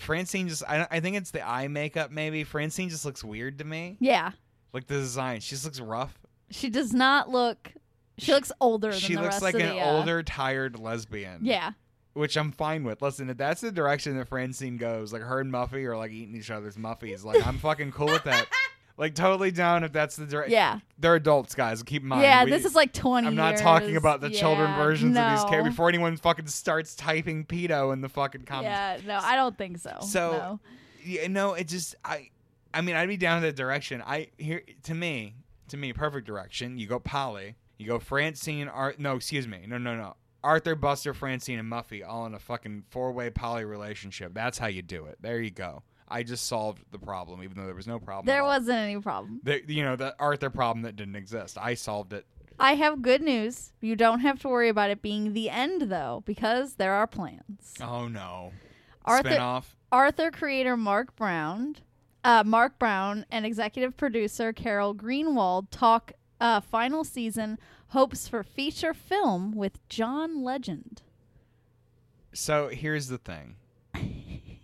Francine just. I, I think it's the eye makeup. Maybe Francine just looks weird to me.
Yeah.
Like the design, she just looks rough.
She does not look she,
She-
looks older than
She
the
looks
rest
like
of
an
the, uh,
older, tired lesbian.
Yeah.
Which I'm fine with. Listen, if that's the direction that Francine goes, like her and Muffy are like eating each other's muffies, like I'm fucking cool with that. Like totally down if that's the direction.
Yeah.
They're adults, guys. Keep in mind.
yeah,
we-
this is like 20
I'm not
years.
talking about the children
Yeah,
versions of these
no.
characters before anyone fucking starts typing pedo in the fucking comments.
Yeah, no, I don't think so.
So-
No.
Yeah. no, it just I I mean, I'd be down that direction. I here to me, to me, perfect direction. You go Polly, you go Francine, Art no, excuse me. No, no, no. Arthur, Buster, Francine, and Muffy all in a fucking four way poly relationship. That's how you do it. There you go. I just solved the problem, even though there was no problem. at
there
all.
wasn't any problem.
The, you know, the Arthur problem that didn't exist. I solved it.
I have good news. You don't have to worry about it being the end though because there are plans.
Oh no.
Arthur
Spinoff.
Arthur creator Mark Brown, uh, Mark Brown and executive producer Carol Greenwald talk uh, final season hopes for feature film with John Legend.
So here's the thing.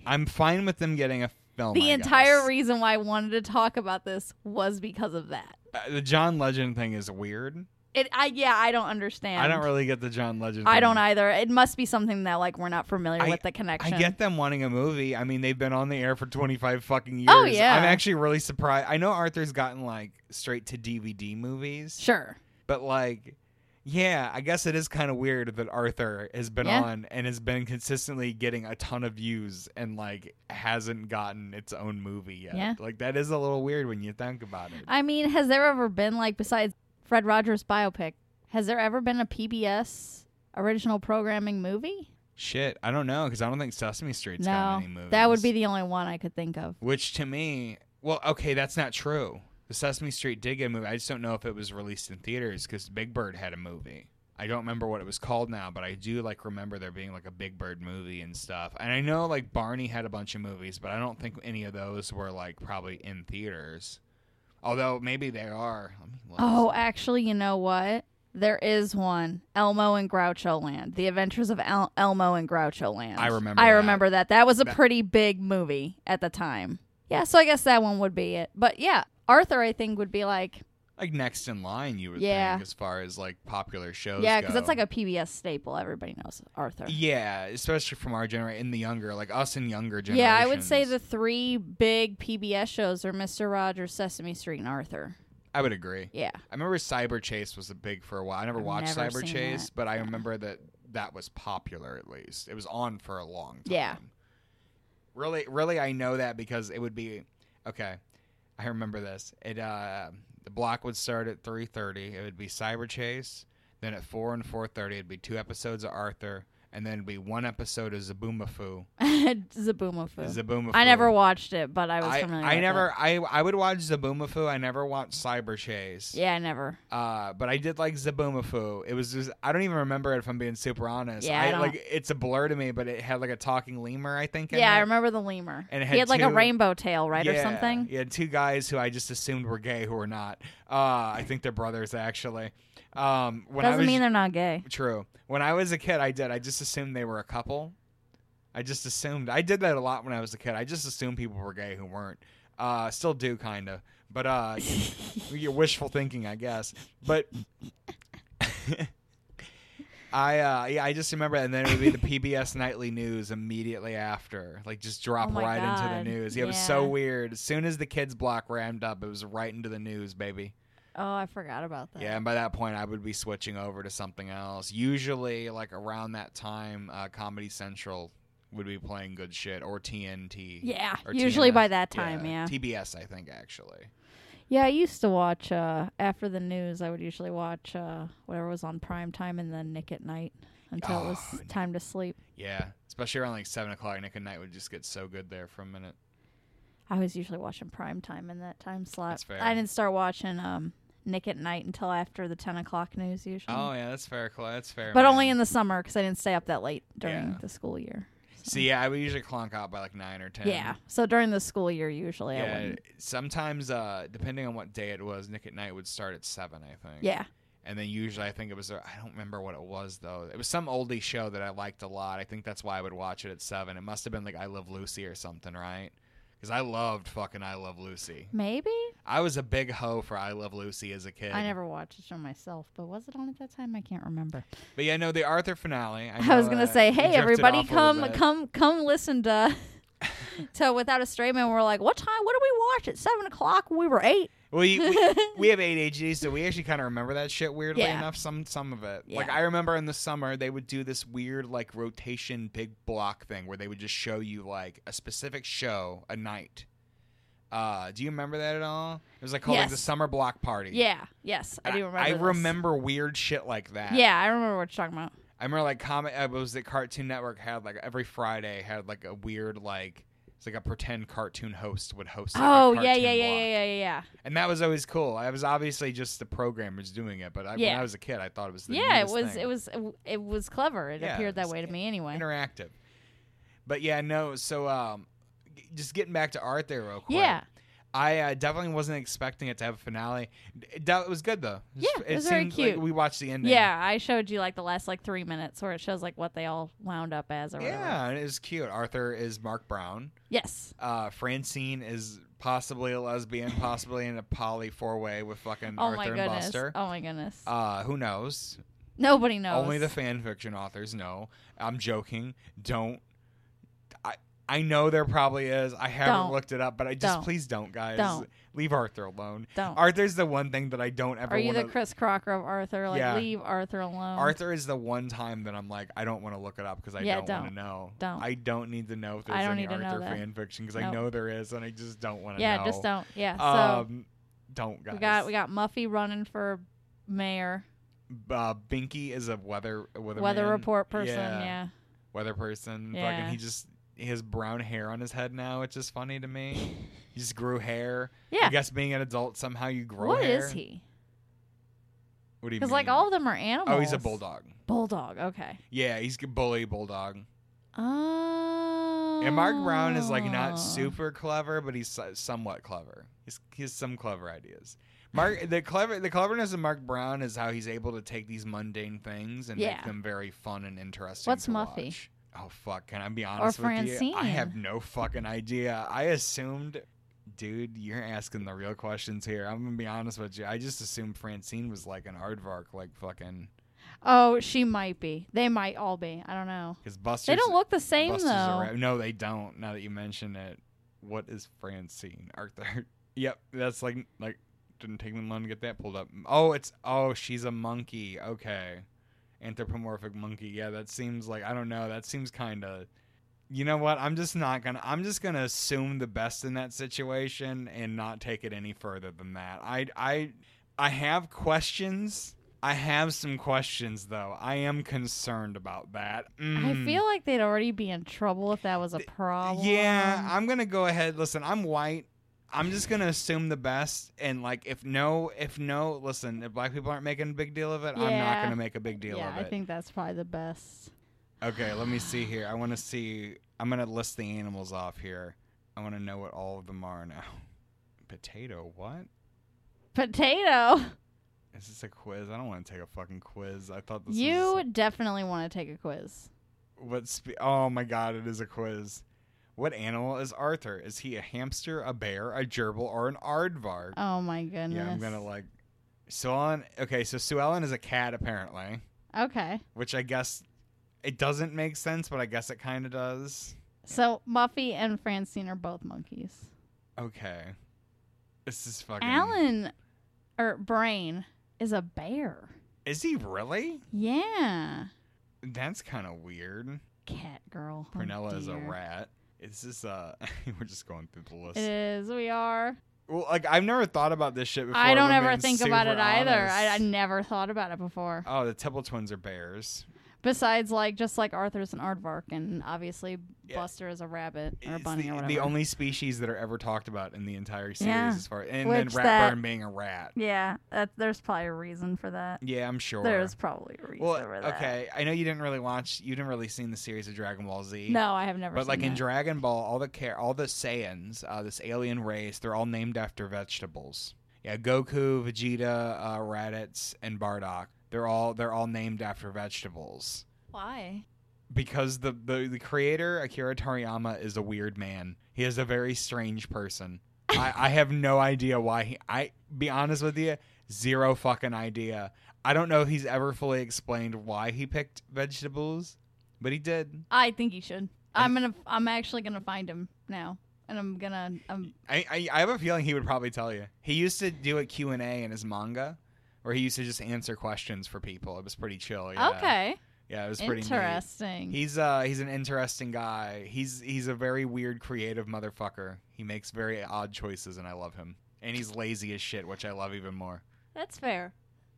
I'm fine with them getting a Oh my
the entire
gosh.
reason why I wanted to talk about this was because of that.
Uh, the John Legend thing is weird.
It, I yeah, I don't understand.
I don't really get the John Legend.
I don't
thing.
either. It must be something that like we're not familiar
I-
with the connection.
I get them wanting a movie. I mean, they've been on the air for 25 fucking years.
Oh, yeah.
I'm actually really surprised. I know Arthur's gotten like straight to DVD movies,
Sure.
but like, yeah, I guess it is kind of weird that Arthur has been
Yeah.
on and has been consistently getting a ton of views and like hasn't gotten its own movie yet.
Yeah.
Like, that is a little weird when you think about it.
I mean, has there ever been like besides Fred Rogers biopic, has there ever been a PBS original programming movie?
Shit, I don't know because I don't think Sesame Street's
no.
got any movies.
That would be the only one I could think of.
Which to me, well, okay, that's not true. The Sesame Street did get a movie. I just don't know if it was released in theaters because Big Bird had a movie. I don't remember what it was called now, but I do like remember there being like a Big Bird movie and stuff. And I know like Barney had a bunch of movies, but I don't think any of those were like probably in theaters. Although maybe they are. Let me look.
Oh, actually, you know what? There is one. Elmo and Groucho Land. The Adventures of El- Elmo and Groucho Land.
I remember
I
that.
remember that. That was a
That-
pretty big movie at the time. Yeah, so I guess that one would be it. But yeah, Arthur I think would be like
like next in line, you would
Yeah.
think as far as like popular shows.
Yeah,
because
cuz it's like a PBS staple. Everybody knows Arthur.
yeah, especially from our generation, in the younger, like us and younger generations.
Yeah, I would say the three big PBS shows are Mr. Rogers, Sesame Street, and Arthur.
I would agree.
Yeah.
I remember Cyber Chase was a big for a while. I never
I've
watched
never
Cyber
seen
Chase,
that.
but I
Yeah.
remember that that was popular at least. It was on for a long time.
Yeah.
Really, really, I know that because it would be okay. I remember this. It uh, the block would start at three thirty. It would be Cyber Chase. Then at four and four thirty, it'd be two episodes of Arthur, and then it'd be one episode of Zaboomafoo.
Zaboomafoo.
Zaboomafoo.
I never watched it, but I was
I,
familiar.
I
with
never. I I would watch Zaboomafoo. I never watched Cyber Chase.
it. Yeah, I never.
Uh, but I did like Zaboomafoo. It was just I don't even remember it if I'm being super honest.
Yeah, I don't-
like it's a blur to me, but it had like a talking lemur, I think. in
yeah,
it.
I remember the lemur.
And it
he had
had
like a
two-
rainbow tail, right, or
Yeah,
something.
Yeah, two guys who I just assumed were gay who were not. Uh, I think they're brothers actually. Um, when I
Doesn't
was
mean they're not gay.
true. When I was a kid, I did. I just assumed they were a couple. I just assumed. I did that a lot when I was a kid. I just assumed people were gay who weren't. Uh, still do kind of, but uh, your wishful thinking, I guess. But I, uh, yeah, I just remember, that. and then it would be the PBS nightly news immediately after, like just drop
Oh my
right into
God.
the news. Yeah, it was so
Yeah.
weird. As soon as the kids block rammed up, it was right into the news, baby.
Oh, I forgot about that.
Yeah, and by that point, I would be switching over to something else. Usually, like around that time, uh, Comedy Central would be playing good shit or TNT.
Yeah,
or
usually
TNS.
by that time, yeah.
TBS, I think actually.
Yeah, I used to watch uh after the news. I would usually watch uh whatever was on prime time and then Nick at Night until it
Oh,
was time to sleep.
Yeah, especially around like seven o'clock. Nick and Night would just get so good there for a minute.
I was usually watching prime time in that time slot.
That's fair.
I didn't start watching um Nick at Night until after the ten o'clock news usually.
Oh yeah, that's fair, Chloe. That's fair.
but
man.
only in the summer because I didn't stay up that late during
Yeah.
the school year.
So yeah, I would usually clonk out by like nine or ten.
Yeah, so during the school year usually I
Yeah.
wouldn't.
Sometimes, uh, depending on what day it was, Nick at Night would start at seven. I think.
Yeah,
And then usually I think it was I don't remember what it was though. It was some oldie show that I liked a lot. I think that's why I would watch it at seven. It must have been like I Love Lucy or something, right? Because I loved fucking I Love Lucy.
maybe
I was a big hoe for I Love Lucy as a kid.
I never watched it show myself, but was it on at that time? I can't remember.
But yeah, no, the Arthur finale. I,
I was
know,
gonna
uh,
say,
we
hey
drifted
everybody,
off a little
come
bit.
come come listen to to Without a Stray Man. We're like, what time? What did we watch at seven o'clock? We were eight.
We, we, we have ADHD, so we actually kind of remember that shit weirdly
Yeah.
enough. Some some of it, like
Yeah.
I remember in the summer they would do this weird like rotation big block thing where they would just show you like a specific show a night. Uh, do you remember that at all? It was like called like the
Yes.
summer block party.
Yeah, yes, I
And
do remember.
I
this.
remember weird shit like that.
Yeah, I remember what you're talking about.
I remember like comic. Uh, was that Cartoon Network had like every Friday had like a weird like it's like a pretend cartoon host would host. like, a
Oh yeah,
cartoon
yeah, yeah,
block.
yeah, yeah, yeah, yeah.
And that was always cool. I was obviously just the programmers doing it, but I, when
Yeah.
I was a kid, I thought it was the
yeah, it
neatest
was,
thing.
it was, it was, it was clever. It
Yeah,
appeared that
it's
way to me anyway.
interactive. But yeah, no. So um, g- just getting back to Arthur real quick.
Yeah,
I uh, definitely wasn't expecting it to have a finale. It, it was good though.
Yeah, it was very
seemed
cute.
Like we watched the ending.
Yeah, I showed you like the last like three minutes where it shows like what they all wound up as or whatever.
Yeah, and it was cute. Arthur is Mark Brown.
Yes.
Uh, Francine is possibly a lesbian, possibly in a poly four way with fucking
Oh
Arthur
my
and
goodness.
Buster.
Oh my goodness.
Uh, who knows?
Nobody knows.
Only the fan fiction authors know. I'm joking. Don't. I I know there probably is. I haven't
Don't.
looked it up, but I just
Don't.
please don't, guys.
Don't.
Leave Arthur alone.
Don't.
Arthur's the one thing that I don't ever.
Are you
wanna,
the Chris Crocker of Arthur? Like,
Yeah.
leave Arthur alone.
Arthur is the one time that I'm like, I don't want to look it up because I
Yeah,
don't, want
don't.
to know.
Don't.
I don't need to know if
I
there's
don't
any
need to know
Arthur
that.
fan fiction because I
Nope.
know there is, and I just don't want to
Yeah,
know.
just don't. Yeah. So
Um, don't guys.
we got we got Muffy running for mayor,
Uh, Binky is a weather weather
weather report person. Yeah.
weather person.
Yeah.
Fucking, he just he has brown hair on his head now, which is funny to me. he just grew hair.
Yeah.
I guess being an adult somehow you
What is
grow hair.
he?
What do you mean?
Because like all of them are animals.
oh, he's a bulldog.
Bulldog. Okay.
Yeah, he's a bully bulldog.
Oh.
And Mark Brown is like not super clever, but he's so- somewhat clever. He's he has some clever ideas. Mark the clever the cleverness of Mark Brown is how he's able to take these mundane things and
Yeah.
make them very fun and interesting.
What's
to
Muffy?
watch. Oh fuck! Can I be honest with you? I
Francine.
have no fucking idea. I assumed, dude, you're asking the real questions here. I'm gonna be honest with you. I just assumed Francine was like an aardvark, like fucking
Oh, she might be. They might all be. I don't know.
because Buster.
They don't look the same
Buster's a
though.
ra- no, they don't. Now that you mention it, what is Francine Arthur? yep, that's like like didn't take them long to get that pulled up. Oh, it's oh she's a monkey. Okay, anthropomorphic monkey. Yeah, that seems like I don't know. That seems kind of. You know what? I'm just not gonna. I'm just gonna assume the best in that situation and not take it any further than that. I I I have questions. I have some questions though. I am concerned about that.
I
Mm.
feel like they'd already be in trouble if that was a problem.
Yeah, I'm gonna go ahead. Listen, I'm white. I'm just gonna assume the best, and like if no, if no, listen, if black people aren't making a big deal of it, I'm not
Yeah.
gonna make a big deal
yeah,
of
I
it.
think that's probably the best.
okay, let me see here. I want to see. I'm gonna list the animals off here. I want to know what all of them are now. Potato? What?
Potato.
Is this a quiz? I don't want to take a fucking quiz. I thought this
You
was
definitely want to take a quiz.
what? Spe- oh my god, it is a quiz. What animal is Arthur? Is he a hamster, a bear, a gerbil, or an aardvark?
Oh my goodness.
Yeah, I'm gonna like Sue Ellen. Okay, so Sue Ellen is a cat apparently,
Okay.
which I guess it doesn't make sense, but I guess it kind of does.
So Muffy and Francine are both monkeys.
Okay, this is fucking.
Alan or Brain is a bear.
is he really?
Yeah.
That's kind of weird.
Cat girl. Oh,
Prunella is a
dear.
rat. Is this uh? we're just going through the list.
It is. We are.
well, like I've never thought about this shit before.
I
if
don't
I'm
ever
being
think about it
super
either. I, I
honest.
never thought about it before.
Oh, the Temple twins are bears.
Besides, like just like Arthur's an aardvark, and obviously
Yeah.
Buster is a rabbit or a
It's
bunny
the,
or whatever.
the only species that are ever talked about in the entire series,
Yeah.
as far and
Which
then
that-
Ratburn being a rat.
yeah, that, there's probably a reason for that.
Yeah, I'm sure.
There's probably a reason
well,
for that.
okay. I know you didn't really watch. You didn't really seen the series of Dragon Ball Z.
No, I have never.
But
seen
like in
that.
Dragon Ball, all the care, all the Saiyans, uh, this alien race, they're all named after vegetables. Yeah, Goku, Vegeta, uh, Raditz, and Bardock. They're all they're all named after vegetables
why?
because the, the the creator Akira Toriyama is a weird man. He is a very strange person. I, I have no idea why he. I be honest with you, zero fucking idea. I don't know if he's ever fully explained why he picked vegetables, but he did.
I think you should. I'm gonna. I'm actually gonna find him now, and I'm gonna. I'm,
I, I I have a feeling he would probably tell you. He used to do a Q and A in his manga, where he used to just answer questions for people. It was pretty chill. Yeah.
Okay.
Yeah, it was pretty neat.
Interesting.
He's uh he's an interesting guy. He's he's a very weird creative motherfucker. He makes very odd choices and I love him. And he's lazy as shit, which I love even more.
That's fair.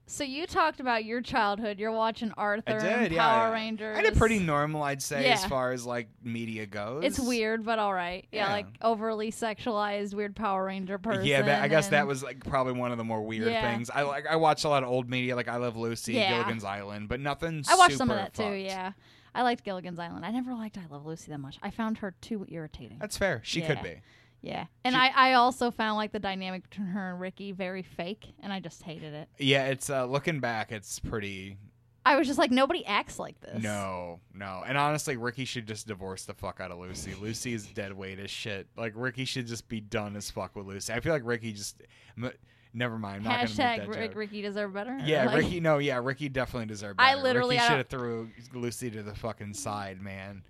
So you talked about your childhood. You're watching Arthur
I
and
did, yeah.
Power
yeah.
Rangers.
I did pretty normal, I'd say, as
Yeah.
far as like media goes.
It's weird, but all right. Yeah,
Yeah.
like overly sexualized, weird Power Ranger person.
Yeah, that, I guess that
and-
was like probably one of the more weird
Yeah.
things. I like I watched a lot of old media, like I Love Lucy,
Yeah.
Gilligan's Island, but nothing.
I watched some of
super
that too.
fucked.
Yeah, I liked Gilligan's Island. I never liked I Love Lucy that much. I found her too irritating.
that's fair. She
Yeah.
could be.
Yeah. And
She-
I, I also found like the dynamic between her and Ricky very fake and I just hated it.
Yeah, it's uh, looking back, it's pretty.
I was just like nobody acts like this.
No, no. And honestly, Ricky should just divorce the fuck out of Lucy. Lucy is dead weight as shit. Like, Ricky should just be done as fuck with Lucy. I feel like Ricky just. M- never mind. I'm not going
Hashtag
to make that
Rick,
joke.
Ricky deserve better.
Yeah,
Like-
Ricky. No, yeah, Ricky definitely deserved.
I
better.
literally-
Ricky
I
should
don't-
have threw Lucy to the fucking side, man.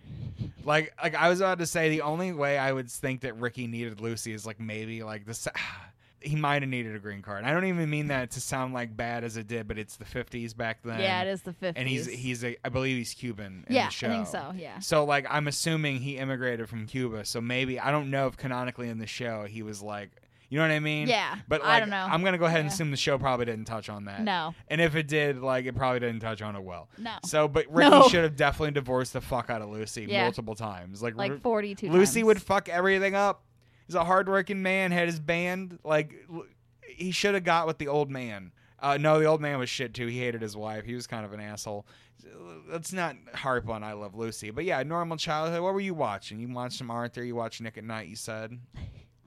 Like, like I was about to say, the only way I would think that Ricky needed Lucy is like maybe like this. He might have needed a green card. I don't even mean that to sound like bad as it did, but it's the '50s back then.
Yeah, it is the 50s.
And he's he's a, I believe he's Cuban. In
Yeah,
the show.
I think so. Yeah.
So like I'm assuming he immigrated from Cuba. So maybe I don't know if canonically in the show he was like, you know what I mean?
Yeah.
But like,
I don't know.
I'm gonna go ahead and
Yeah.
assume the show probably didn't touch on that.
No.
And if it did, like it probably didn't touch on it well.
No.
So, but Ricky
No.
should have definitely divorced the fuck out of Lucy
Yeah.
multiple times. Like, Ru-
like 42
Lucy
times.
would fuck everything up. He's a hardworking man. Had his band. Like l- he should have got with the old man. Uh, no, the old man was shit too. He hated his wife. He was kind of an asshole. Let's not harp on I Love Lucy. But yeah, normal childhood. What were you watching? You watched some Arthur. You watched Nick at Night. You said.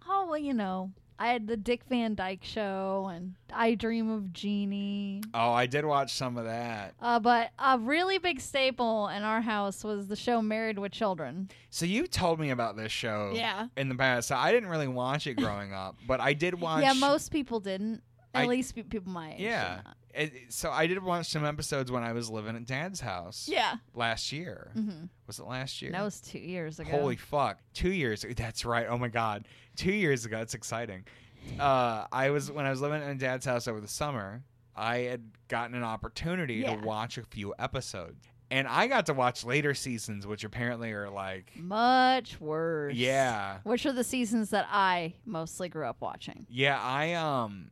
Oh, well, you know, I had the Dick Van Dyke show and I Dream of Jeannie.
Oh, I did watch some of that.
Uh, but a really big staple in our house was the show Married with Children.
So you told me about this show.
Yeah.
In the past, so I didn't really watch it growing up, but I did watch.
Yeah, most people didn't. At
I-
least pe- people my age.
Yeah.
did not.
it- so I did watch some episodes when I was living at Dad's house.
Yeah.
Last year.
Mm-hmm.
Was it last year?
That was two years ago.
Holy fuck. Two years. That's right. Oh my God. Two years ago. That's exciting. Uh, I was, when I was living in dad's house over the summer, I had gotten an opportunity
Yeah.
to watch a few episodes. And I got to watch later seasons, which apparently are like,
Much worse.
yeah.
Which are the seasons that I mostly grew up watching.
Yeah. I, um,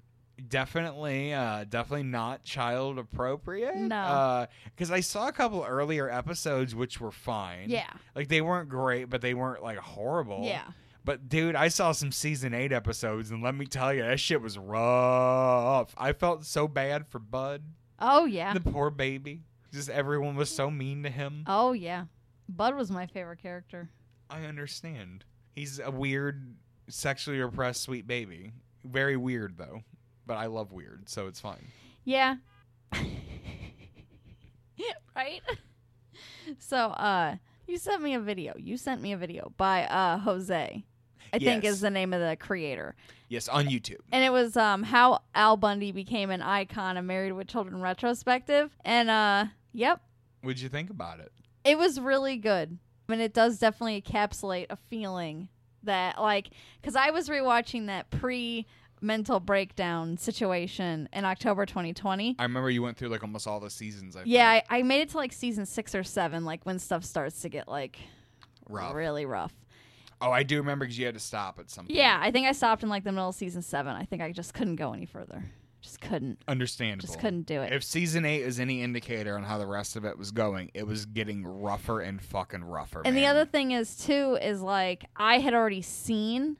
definitely uh definitely not child appropriate
No.
because i saw a couple earlier episodes which were fine
Yeah.
like they weren't great but they weren't like horrible
Yeah.
But dude, I saw some season eight episodes, and let me tell you, that shit was rough. I felt so bad for Bud,
Oh, yeah.
the poor baby. Just everyone was so mean to him.
oh, yeah. Bud was my favorite character.
I understand. He's a weird, sexually repressed, sweet baby. Very weird though, but I love weird, so it's fine.
Yeah. right? So, uh, you sent me a video. You sent me a video by uh Jose. I think
Yes.
is the name of the creator.
Yes, on YouTube.
And it was um how Al Bundy became an icon of Married with Children retrospective. And uh yep,
What'd you think about it?
it was really good. I mean, it does definitely encapsulate a feeling that, like, because I was rewatching that pre mental breakdown situation in October 2020.
I remember you went through like almost all the seasons. I
Yeah,
think.
I, I made it to like season six or seven, like when stuff starts to get like
rough.
really rough.
Oh, I do remember because you had to stop at some. Point.
Yeah, I think I stopped in like the middle of season seven. I think I just couldn't go any further. Just couldn't.
understandable.
Just couldn't do it.
If season eight is any indicator on how the rest of it was going, it was getting rougher and fucking rougher.
and the
man.
other thing is too is like I had already seen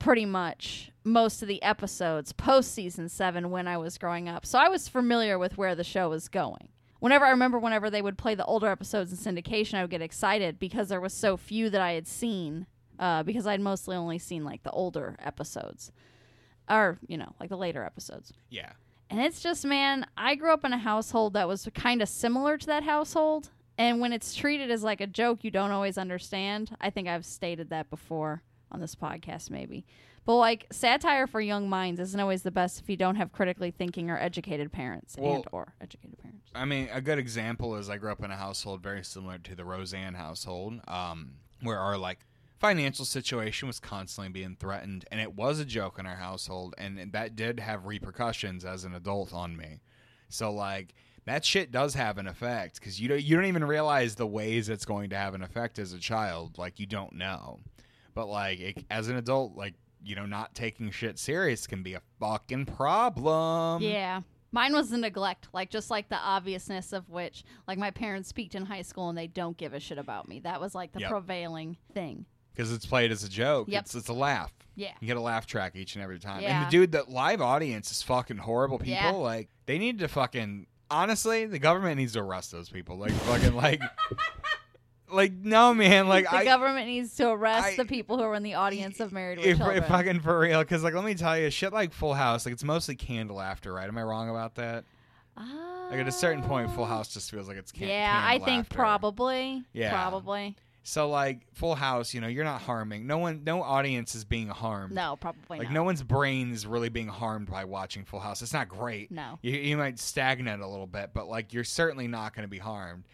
pretty much most of the episodes post season seven when I was growing up, so I was familiar with where the show was going. Whenever I remember, whenever they would play the older episodes in syndication, I would get excited because there was so few that I had seen. Uh, because I'd mostly only seen like the older episodes, or you know, like the later episodes.
yeah,
And it's just, man, I grew up in a household that was kind of similar to that household. And when it's treated as like a joke, you don't always understand. I think I've stated that before on this podcast, maybe. But like satire for young minds isn't always the best if you don't have critically thinking or educated parents
Well-
and or educated parents.
I mean, a good example is I grew up in a household very similar to the Roseanne household, um, where our like financial situation was constantly being threatened, and it was a joke in our household, and that did have repercussions as an adult on me. So like that shit does have an effect because you don't, you don't even realize the ways it's going to have an effect as a child. Like you don't know, but like it, as an adult, like you know, not taking shit serious can be a fucking problem.
yeah. Mine was the neglect, like just like the obviousness of which, like my parents peaked in high school and they don't give a shit about me. That was like the
Yep.
prevailing thing.
because it's played as a joke.
Yep.
It's it's a laugh.
Yeah.
You get a laugh track each and every time. And
Yeah.
the dude, that live audience is fucking horrible people.
Yeah.
Like they need to fucking honestly, the government needs to arrest those people. Like fucking like Like no, man. Like
the
I,
government needs to arrest
I-
the people who are in the audience of Married with
if,
Children.
if fucking for real, because like let me tell you, shit like Full House, like it's mostly candle after, right? Am I wrong about that? Like at a certain point, Full
Ah.
House just feels like it's can-
yeah, I
candle
think
after.
probably.
Yeah.
Probably.
So like Full House, you know, you're not harming. No one, no audience is being harmed.
No, probably
Like
not.
no one's brain is really being harmed by watching Full House. It's not great.
No.
You, you might stagnate a little bit, but like you're certainly not going to be harmed.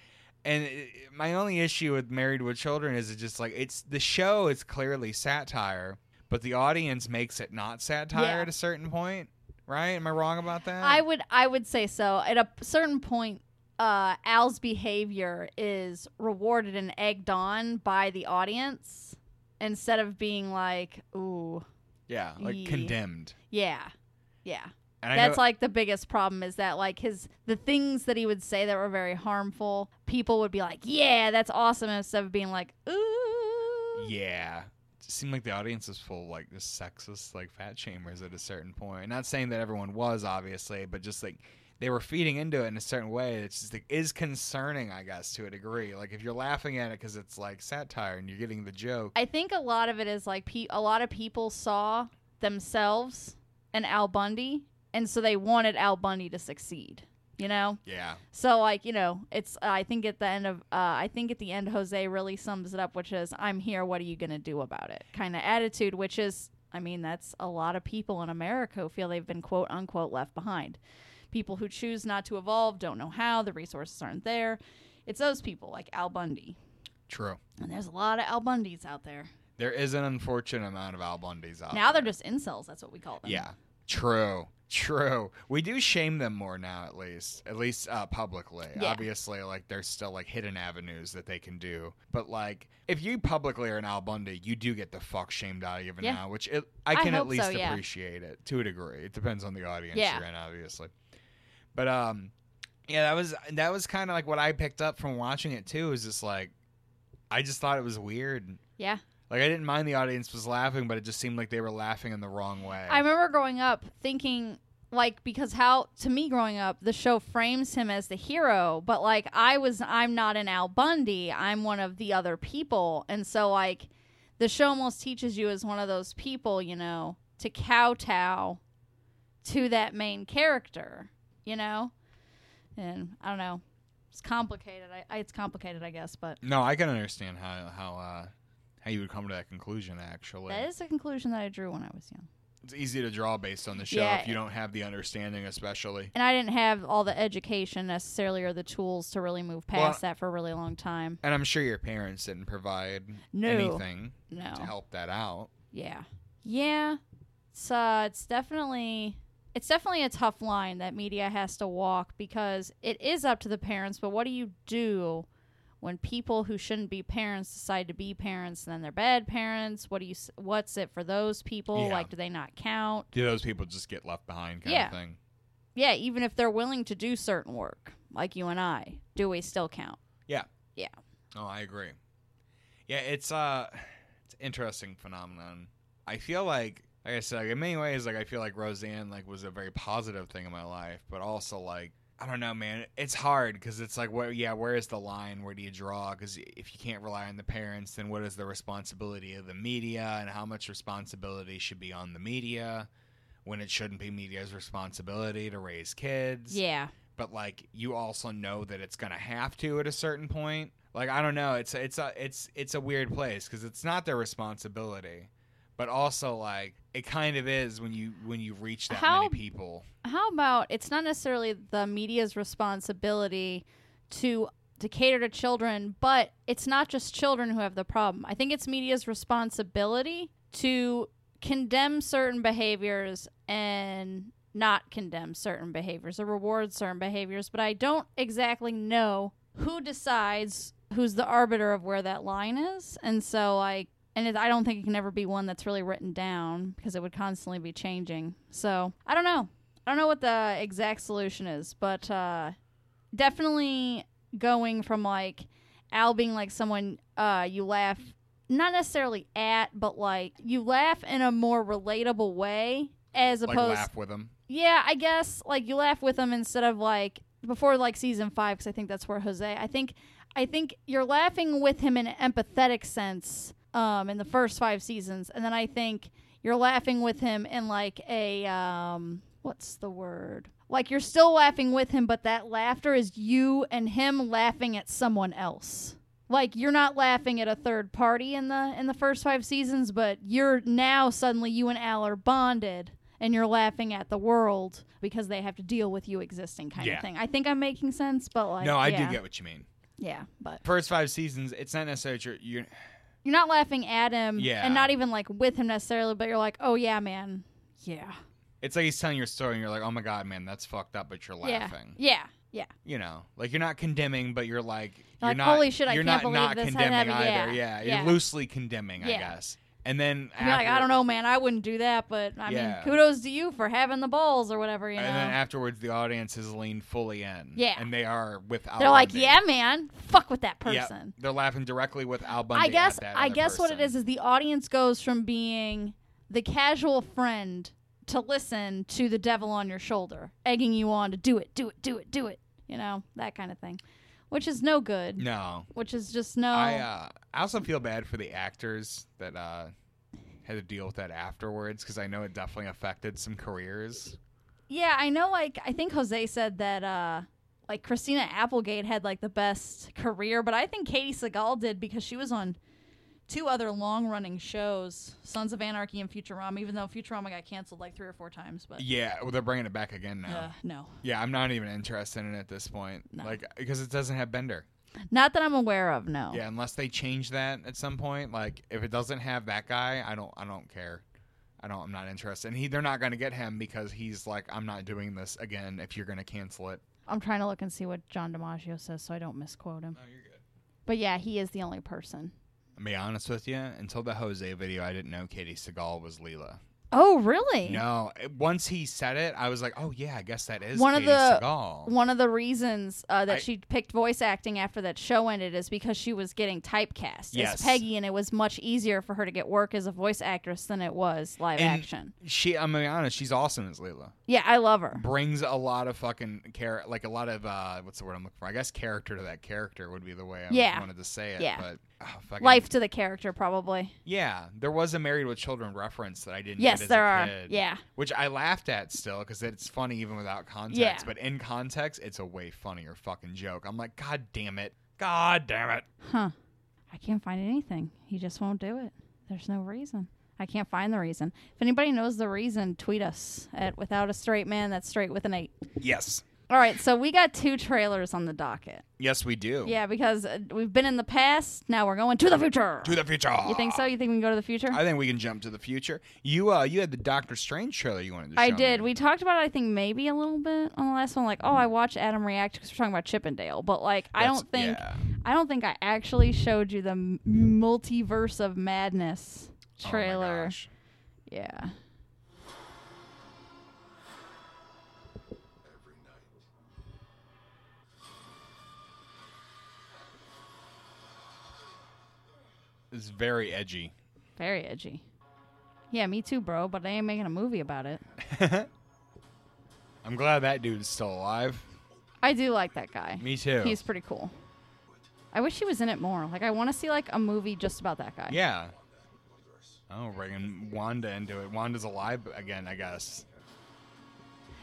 And it, my only issue with Married with Children is it's just like it's the show is clearly satire, but the audience makes it not satire
Yeah.
at a certain point, right? Am I wrong about that?
I would I would say so. At a certain point, uh, Al's behavior is rewarded and egged on by the audience instead of being like, ooh,
yeah, like
Ye-
condemned.
yeah, yeah.
And I
That's
know-
like the biggest problem is that like his the things that he would say that were very harmful, people would be like, yeah, that's awesome, instead of being like, ooh,
yeah. It seemed like the audience is full of, like just sexist like fat chambers at a certain point. Not saying that everyone was obviously, but just like they were feeding into it in a certain way. It's just like is concerning, I guess, to a degree. Like if you're laughing at it because it's like satire and you're getting the joke.
I think a lot of it is like pe- a lot of people saw themselves in Al Bundy, and so they wanted Al Bundy to succeed. You know,
yeah,
so like you know, it's I think at the end of uh, I think at the end Jose really sums it up, which is I'm here. What are you gonna do about it? Kind of attitude, which is I mean that's a lot of people in America who feel they've been quote unquote left behind. People who choose not to evolve don't know how the resources aren't there. It's those people like Al Bundy,
true.
and there's a lot of Al Bundys out there.
There is an unfortunate amount of Al Bundy's out.
Now
there.
they're just incels. That's what we call them.
Oh, yeah, true. True. We do shame them more now, at least, at least uh, publicly.
Yeah.
Obviously, like there's still like hidden avenues that they can do. But like, if you publicly are an Al Bundy, you do get the fuck shamed out of you
Yeah.
now, which it, I
I
can at
hope
least
so, yeah.
appreciate it to a degree. It depends on the audience
Yeah.
you're in, obviously. But um, yeah, that was that was kind of like what I picked up from watching it too. Is just like, I just thought it was weird.
Yeah.
Like I didn't mind the audience was laughing, but it just seemed like they were laughing in the wrong way.
I remember growing up thinking, like, because how, to me growing up, the show frames him as the hero, but like, I was, I'm not an Al Bundy. I'm one of the other people. And so, like, the show almost teaches you as one of those people, you know, to kowtow to that main character, you know? And I don't know. It's complicated. I, I, it's complicated, I guess, but
No, I can understand how how uh, how you would come to that conclusion. Actually,
that is the conclusion that I drew when I was young.
it's easy to draw based on the show
Yeah.
if you don't have the understanding, especially.
and I didn't have all the education necessarily or the tools to really move past that for a really long time.
And I'm sure your parents didn't provide
No.
anything to
No.
help that out.
Yeah. Yeah. It's uh it's definitely it's definitely a tough line that media has to walk because it is up to the parents, but what do you do when people who shouldn't be parents decide to be parents and then they're bad parents? What do you s- what's it for those people?
Yeah.
Like do they not count?
Do those people just get left behind, kind
Yeah.
of thing?
Yeah, even if they're willing to do certain work, like you and I, do we still count?
Oh, I agree. Yeah, it's uh it's an interesting phenomenon. I feel like like I said, like, in many ways, like I feel like Roseanne like was a very positive thing in my life, but also like I don't know, man. It's hard because it's like, where, yeah, where is the line? Where do you draw? Because if you can't rely on the parents, then what is the responsibility of the media, and how much responsibility should be on the media when it shouldn't be media's responsibility to raise kids?
Yeah.
but like you also know that it's gonna have to at a certain point. Like I don't know, it's it's a it's it's a weird place because it's not their responsibility, but also like it kind of is when you when you reach that
How-
many people.
how about it's not necessarily the media's responsibility to to cater to children, but it's not just children who have the problem. I think it's media's responsibility to condemn certain behaviors and not condemn certain behaviors or reward certain behaviors, but I don't exactly know who decides who's the arbiter of where that line is. And so like and it, I don't think it can ever be one that's really written down because it would constantly be changing. So, I don't know. I don't know what the exact solution is, but uh, definitely going from like Al being like someone uh, you laugh, not necessarily at, but like you laugh in a more relatable way as
Like
opposed
laugh with them.
yeah, I guess like you laugh with them instead of like before like season five because I think that's where Jose. I think I think you're laughing with him in an empathetic sense um, in the first five seasons, and then I think you're laughing with him in like a um, what's the word? Like you're still laughing with him, but that laughter is you and him laughing at someone else. Like you're not laughing at a third party in the in the first five seasons, but you're now suddenly you and Al are bonded, and you're laughing at the world because they have to deal with you existing kind
Yeah.
of thing. I think I'm making sense, but like
no, I
yeah.
do get what you mean.
Yeah, but
First five seasons, it's not necessarily you're, you're
you're not laughing at him
Yeah.
and not even like with him necessarily, but you're like, oh yeah, man. Yeah.
it's like he's telling your story and you're like, oh my god, man, that's fucked up, but you're laughing.
Yeah. Yeah. Yeah.
You know, like you're not condemning, but you're like, you're
like,
not,
"Holy shit, I
you're
can't
not
believe
not
this had
condemning
happened."
either.
Yeah. Yeah.
you're loosely condemning, I
Yeah.
guess. And then
And you're like, I
after-
don't know, man. I wouldn't do that, but I
Yeah.
mean, kudos to you for having the balls or whatever, you know.
And then afterwards, the audience is leaned fully in.
Yeah.
and they are with Al
They're like,
Bundy.
yeah, man. Fuck with that
Yep.
person.
They're laughing directly with Al Bundy.
I
at
guess
that
I
other
guess what it
person.
is is the audience goes from being the casual friend to listen to the devil on your shoulder, egging you on to do it, do it, do it, do it, you know, that kind of thing. Which is Oh. no good.
No,
Which is just no
I uh, I also feel bad for the actors that uh, had to deal with that afterwards because I know it definitely affected some careers.
Yeah, I know. Like, I think Jose said that, uh, like Christina Applegate had like the best career, but I think Katie Seagal did because she was on two other long-running shows, Sons of Anarchy and Futurama. Even though Futurama got canceled like three or four times, but
Yeah, well, they're bringing it back again now.
uh, no,
Yeah, I'm not even interested in it at this point,
No.
like because it doesn't have Bender.
not that I'm aware of. No.
Yeah, unless they change that at some point. Like if it doesn't have that guy, I don't I don't care. I don't I'm not interested. And he they're not gonna get him because he's like, I'm not doing this again if you're gonna cancel it.
I'm trying to look and see what John DiMaggio says so I don't misquote him.
No, you're good.
But yeah, he is the only person.
I'll be honest with you, until the Jose video I didn't know Katie Seagal was Leela.
Oh, really?
No. it- Once he said it, I was like, Oh yeah, I guess that is
One of
Katie
the-
Seagal.
One of the reasons uh, that
I-
she picked voice acting after that show ended is because she was getting typecast
Yes.
as Peggy, and it was much easier for her to get work as a voice actress than it was live
And-
action.
she I'm gonna be honest, she's awesome as Leela.
Yeah, I love her.
Brings a lot of fucking care like a lot of uh what's the word I'm looking for? I guess character to that character would be the way I
Yeah.
wanted to say it.
Yeah.
But oh, fucking
Life to the character, probably.
Yeah, there was a Married with Children reference that I didn't.
Yes,
get as
there
a
are.
kid,
Yeah.
which I laughed at still because it's funny even without context.
Yeah.
But in context, it's a way funnier fucking joke. I'm like, God damn it, God damn it.
Huh. I can't find anything. He just won't do it. There's no reason. I can't find the reason. If anybody knows the reason, tweet us at without a straight man that's straight with an eight.
Yes,
All right, so we got two trailers on the docket.
yes, we do.
Yeah, because uh, we've been in the past, now we're going to the future.
To the future.
you think so? You think we can go to the future?
I think we can jump to the future. You, uh, you had the Doctor Strange trailer you wanted to. Show
I did.
me.
We talked about it, I think, maybe a little bit on the last one. Like, oh, I watched Adam react because we're talking about Chippendale, but like, I
That's-
don't think,
yeah.
I don't think I actually showed you the m- multiverse of madness
Oh my
trailer.
gosh.
yeah.
every night.
It's very edgy.
Very edgy. Yeah, me too, bro. But I ain't making a movie about it.
I'm glad that dude's still alive.
I do like that guy.
Me too.
He's pretty cool. I wish he was in it more. Like, I want to see like a movie just about that guy.
Yeah. Oh, bringing Wanda into it. Wanda's alive again, I guess.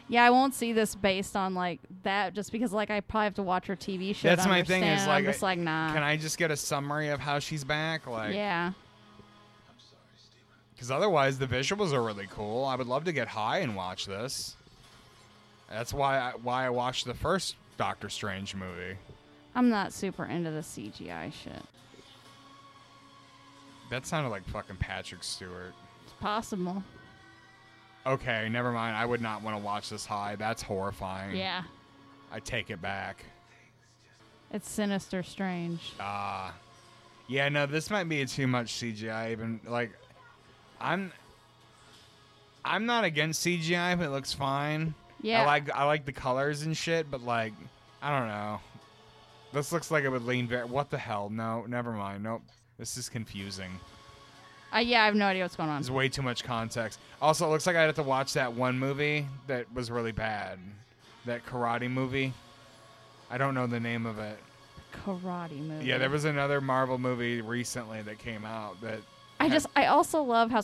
Yeah, I won't see this based on like that, just because like I probably have to watch her TV show.
That's
to
my thing. Is
understand.
like,
I'm just like nah.
Can I just get a summary of how she's back? Like,
yeah,
Because otherwise, the visuals are really cool. I would love to get high and watch this. That's why I, why I watched the first Doctor Strange movie.
I'm not super into the CGI shit.
That sounded like fucking Patrick Stewart.
It's possible.
Okay, never mind. I would not want to watch this high. That's horrifying.
Yeah,
I take it back.
it's sinister, strange.
Ah. yeah, no, this might be too much CGI even like I'm I'm not against CGI if it looks fine.
Yeah.
I like I like the colors and shit, but like I don't know. This looks like it would lean very what the hell? No, never mind. Nope. This is confusing.
Uh, yeah, I have no idea what's going on.
There's way too much context. Also, it looks like I'd have to watch that one movie that was really bad. That karate movie. I don't know the name of it.
karate movie.
Yeah, there was another Marvel movie recently that came out that
I just I also love how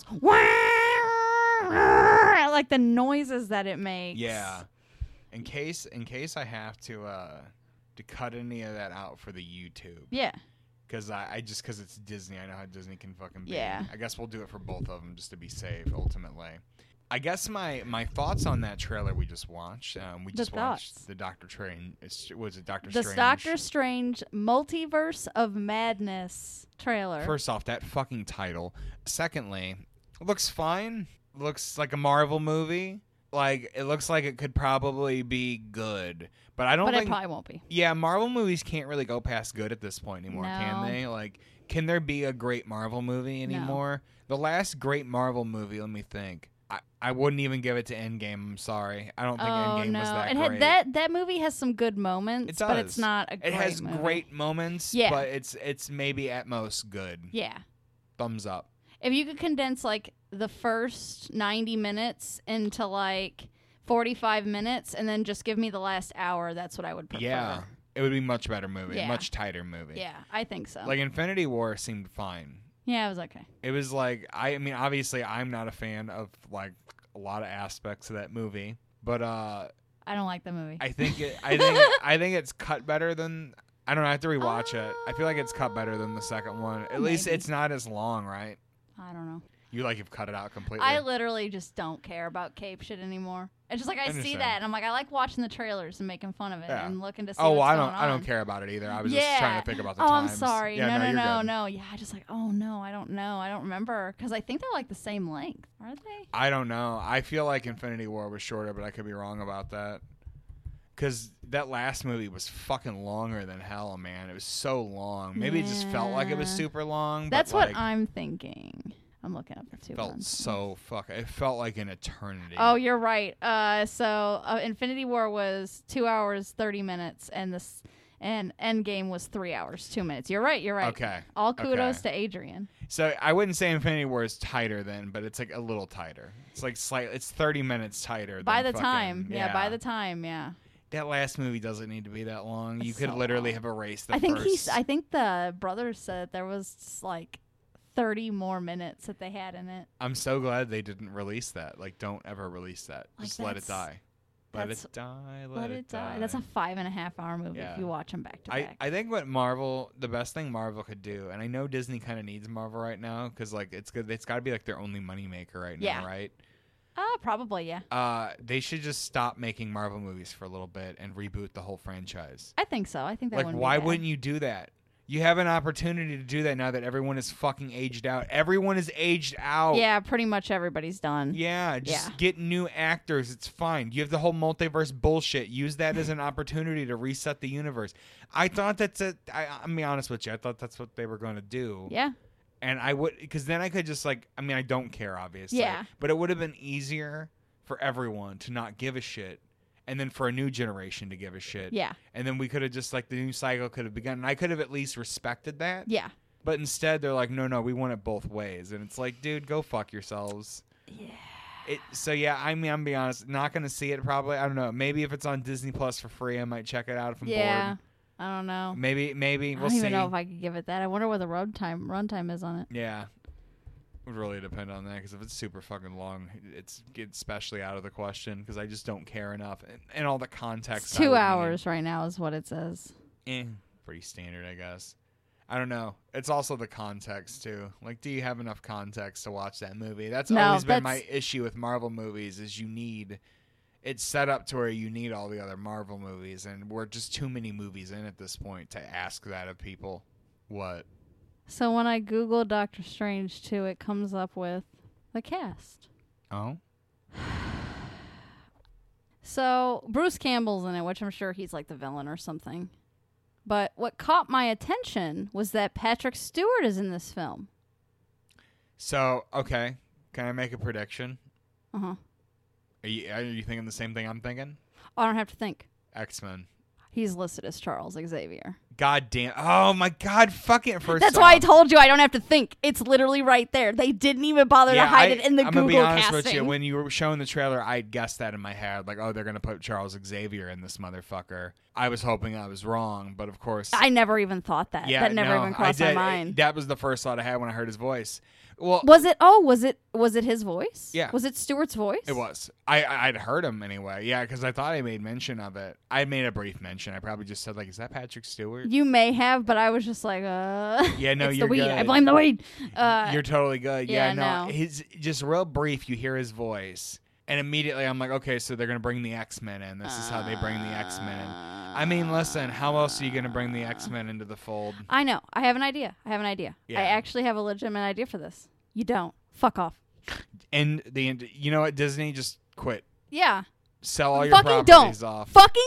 it's like the noises that it makes.
yeah. In case in case I have to uh to cut any of that out for the YouTube
Yeah.
because I, I just because it's Disney I know how Disney can fucking be.
Yeah.
I guess we'll do it for both of them just to be safe ultimately. I guess my my thoughts on that trailer we just watched. Um, we
The
just
thoughts.
watched the Doctor Train. It's, was it Doctor
The
Strange?
Doctor Strange Multiverse of Madness trailer.
First off, that fucking title. Secondly, looks fine. Looks like a Marvel movie. Like it looks like it could probably be good, but I don't
but
think.
it probably won't be.
yeah, Marvel movies can't really go past good at this point anymore, can
No.
they? Like, can there be a great Marvel movie anymore? The last great Marvel movie, let me think. I, I wouldn't even give it to Endgame. I'm sorry. I don't think
Oh
Endgame
no!
was that
it
great.
had that that movie has some good moments,
It
but it's
does.
not a
it
great.
has
movie.
great moments,
Yeah.
but it's it's maybe at most good.
Yeah.
Thumbs up.
If you could condense like the first 90 minutes into like 45 minutes and then just give me the last hour, that's what I would prefer.
Yeah, it would be much better movie,
Yeah.
much tighter movie.
Yeah, I think so.
like Infinity War seemed fine.
yeah, it was okay.
It was like I, I mean, obviously, I'm not a fan of like a lot of aspects of that movie, but uh,
I don't like the movie.
I think it, I think I think it's cut better than I don't know. I have to rewatch it. I feel like it's cut better than the second one. At least
Maybe.
it's not as long, right?
I don't know.
You like you've cut it out completely.
I literally just don't care about cape shit anymore. It's just like I, see
Understand.
that and I'm like I like watching the trailers and making fun of it
Yeah.
and looking to see
oh, well,
what's
I don't
going
I
on.
don't care about it either. I was just trying to think about the
oh,
times.
I'm sorry.
Yeah,
no, no,
you're
no,
good.
no. Yeah, I just like, oh no, I don't know. I don't remember because I think they're like the same length, are they?
I don't know. I feel like Infinity War was shorter, but I could be wrong about that. Cause that last movie was fucking longer than hell, man. It was so long. Maybe it just felt like it was
Yeah.
super long.
That's
but
what
like,
I'm thinking. I'm looking up the two
felt
ones.
so fuck. It felt like an eternity.
Oh, you're right. Uh, so uh, Infinity War was two hours thirty minutes, and this and Endgame was three hours two minutes. You're right. You're right.
Okay.
All kudos
okay.
to Adrian.
So I wouldn't say Infinity War is tighter then, but it's like a little tighter. It's like slight. It's thirty minutes tighter.
by the
than fucking-
time, yeah, By
yeah.
the time, yeah.
that last movie doesn't need to be that long. you
It's
could
so
literally
long.
have erased the.
I think
first.
he's. I think the brothers said there was like thirty more minutes that they had in it.
I'm so glad they didn't release that. Like, don't ever release that.
Like,
Just let it
that's-
die. Let
that's-
it die. Let,
Let it die. That's a five and a half hour movie if
Yeah.
you watch them back to
I,
back.
I think what Marvel, the best thing Marvel could do, and I know Disney kind of needs Marvel right now because like it's good, it's got to be like their only moneymaker right now,
Yeah.
right?
Uh, probably, yeah.
Uh, they should just stop making Marvel movies for a little bit and reboot the whole franchise.
I think so. I think that
like,
wouldn't
why
be bad.
wouldn't you do that? You have an opportunity to do that now that everyone is fucking aged out. Everyone is aged out.
Yeah, pretty much everybody's done.
Oh. Yeah, just
Yeah.
get new actors. It's fine. You have the whole multiverse bullshit. Use that as an opportunity to reset the universe. I thought that's a. I, I'm be honest with you. I thought that's what they were going to do.
Yeah.
And I would, because then I could just like. I mean, I don't care, obviously.
Yeah.
But it would have been easier for everyone to not give a shit, and then for a new generation to give a shit.
Yeah.
And then we could have just like the new cycle could have begun, and I could have at least respected that.
Yeah.
But instead, they're like, no, no, we want it both ways, and it's like, dude, go fuck yourselves.
Yeah.
It, so yeah, I mean, I'm gonna be honest, not gonna see it probably. I don't know. Maybe if it's on Disney Plus for free, I might check it out if I'm
Yeah. I don't know.
bored. Maybe, maybe
I
we'll
don't
see.
even know if I could give it that. I wonder what the run time run time is on it.
yeah, would really depend on that because if it's super fucking long, it's it's especially out of the question because I just don't care enough and, and all the context.
It's
I would
two
need.
hours right now is what it says.
Eh, pretty standard, I guess. I don't know. It's also the context too. Like, do you have enough context to watch that movie? That's
No,
always been my
that's-
issue with Marvel movies. Is you need it's set up to where you need all the other Marvel movies, and we're just too many movies in at this point to ask that of people. What?
So when I Google Doctor Strange 2, it comes up with the cast.
Oh,
So Bruce Campbell's in it, which I'm sure he's like the villain or something. But what caught my attention was that Patrick Stewart is in this film.
so okay. Can I make a prediction?
Uh huh.
Are you, are you thinking the same thing I'm thinking?
I don't have to think.
X Men.
He's listed as Charles Xavier.
God damn. Oh my God. Fucking first.
That's why I
off-
told you I don't have to think. It's literally right there. They didn't even bother
Yeah,
to hide
I-
it in the
I'm
Google
gonna be honest
casting.
with you. When you were showing the trailer, I had guessed that in my head, like, oh, they're gonna put Charles Xavier in this motherfucker. I was hoping I was wrong, but of course,
I never even thought that.
yeah,
that never
no,
even
I
crossed my
did.
mind.
That was the first thought I had when I heard his voice. Well,
was it? Oh, was it? Was it his voice?
Yeah.
Was it Stewart's voice?
It was. I I- I'd heard him anyway. Yeah, because I thought I made mention of it. I made a brief mention. I probably just said like, "Is that Patrick Stewart?"
You may have, but I was just like, uh.
Yeah, no,
it's
you're
the weed. I
good.
blame the weed. Uh,
You're totally good. Yeah,
yeah,
no,
no.
His just real brief. You hear his voice, and immediately I'm like, okay, so they're gonna bring the X Men in. This is how they bring the X Men in. I mean, listen, how else are you gonna bring the
Uh.
X Men into the fold?
I know. I have an idea. I have an idea.
Yeah.
I actually have a legitimate idea for this. You don't. Fuck off.
And the end. You know what? Disney just quit.
Yeah.
Sell all your
Fucking
properties
don't.
off.
Fucking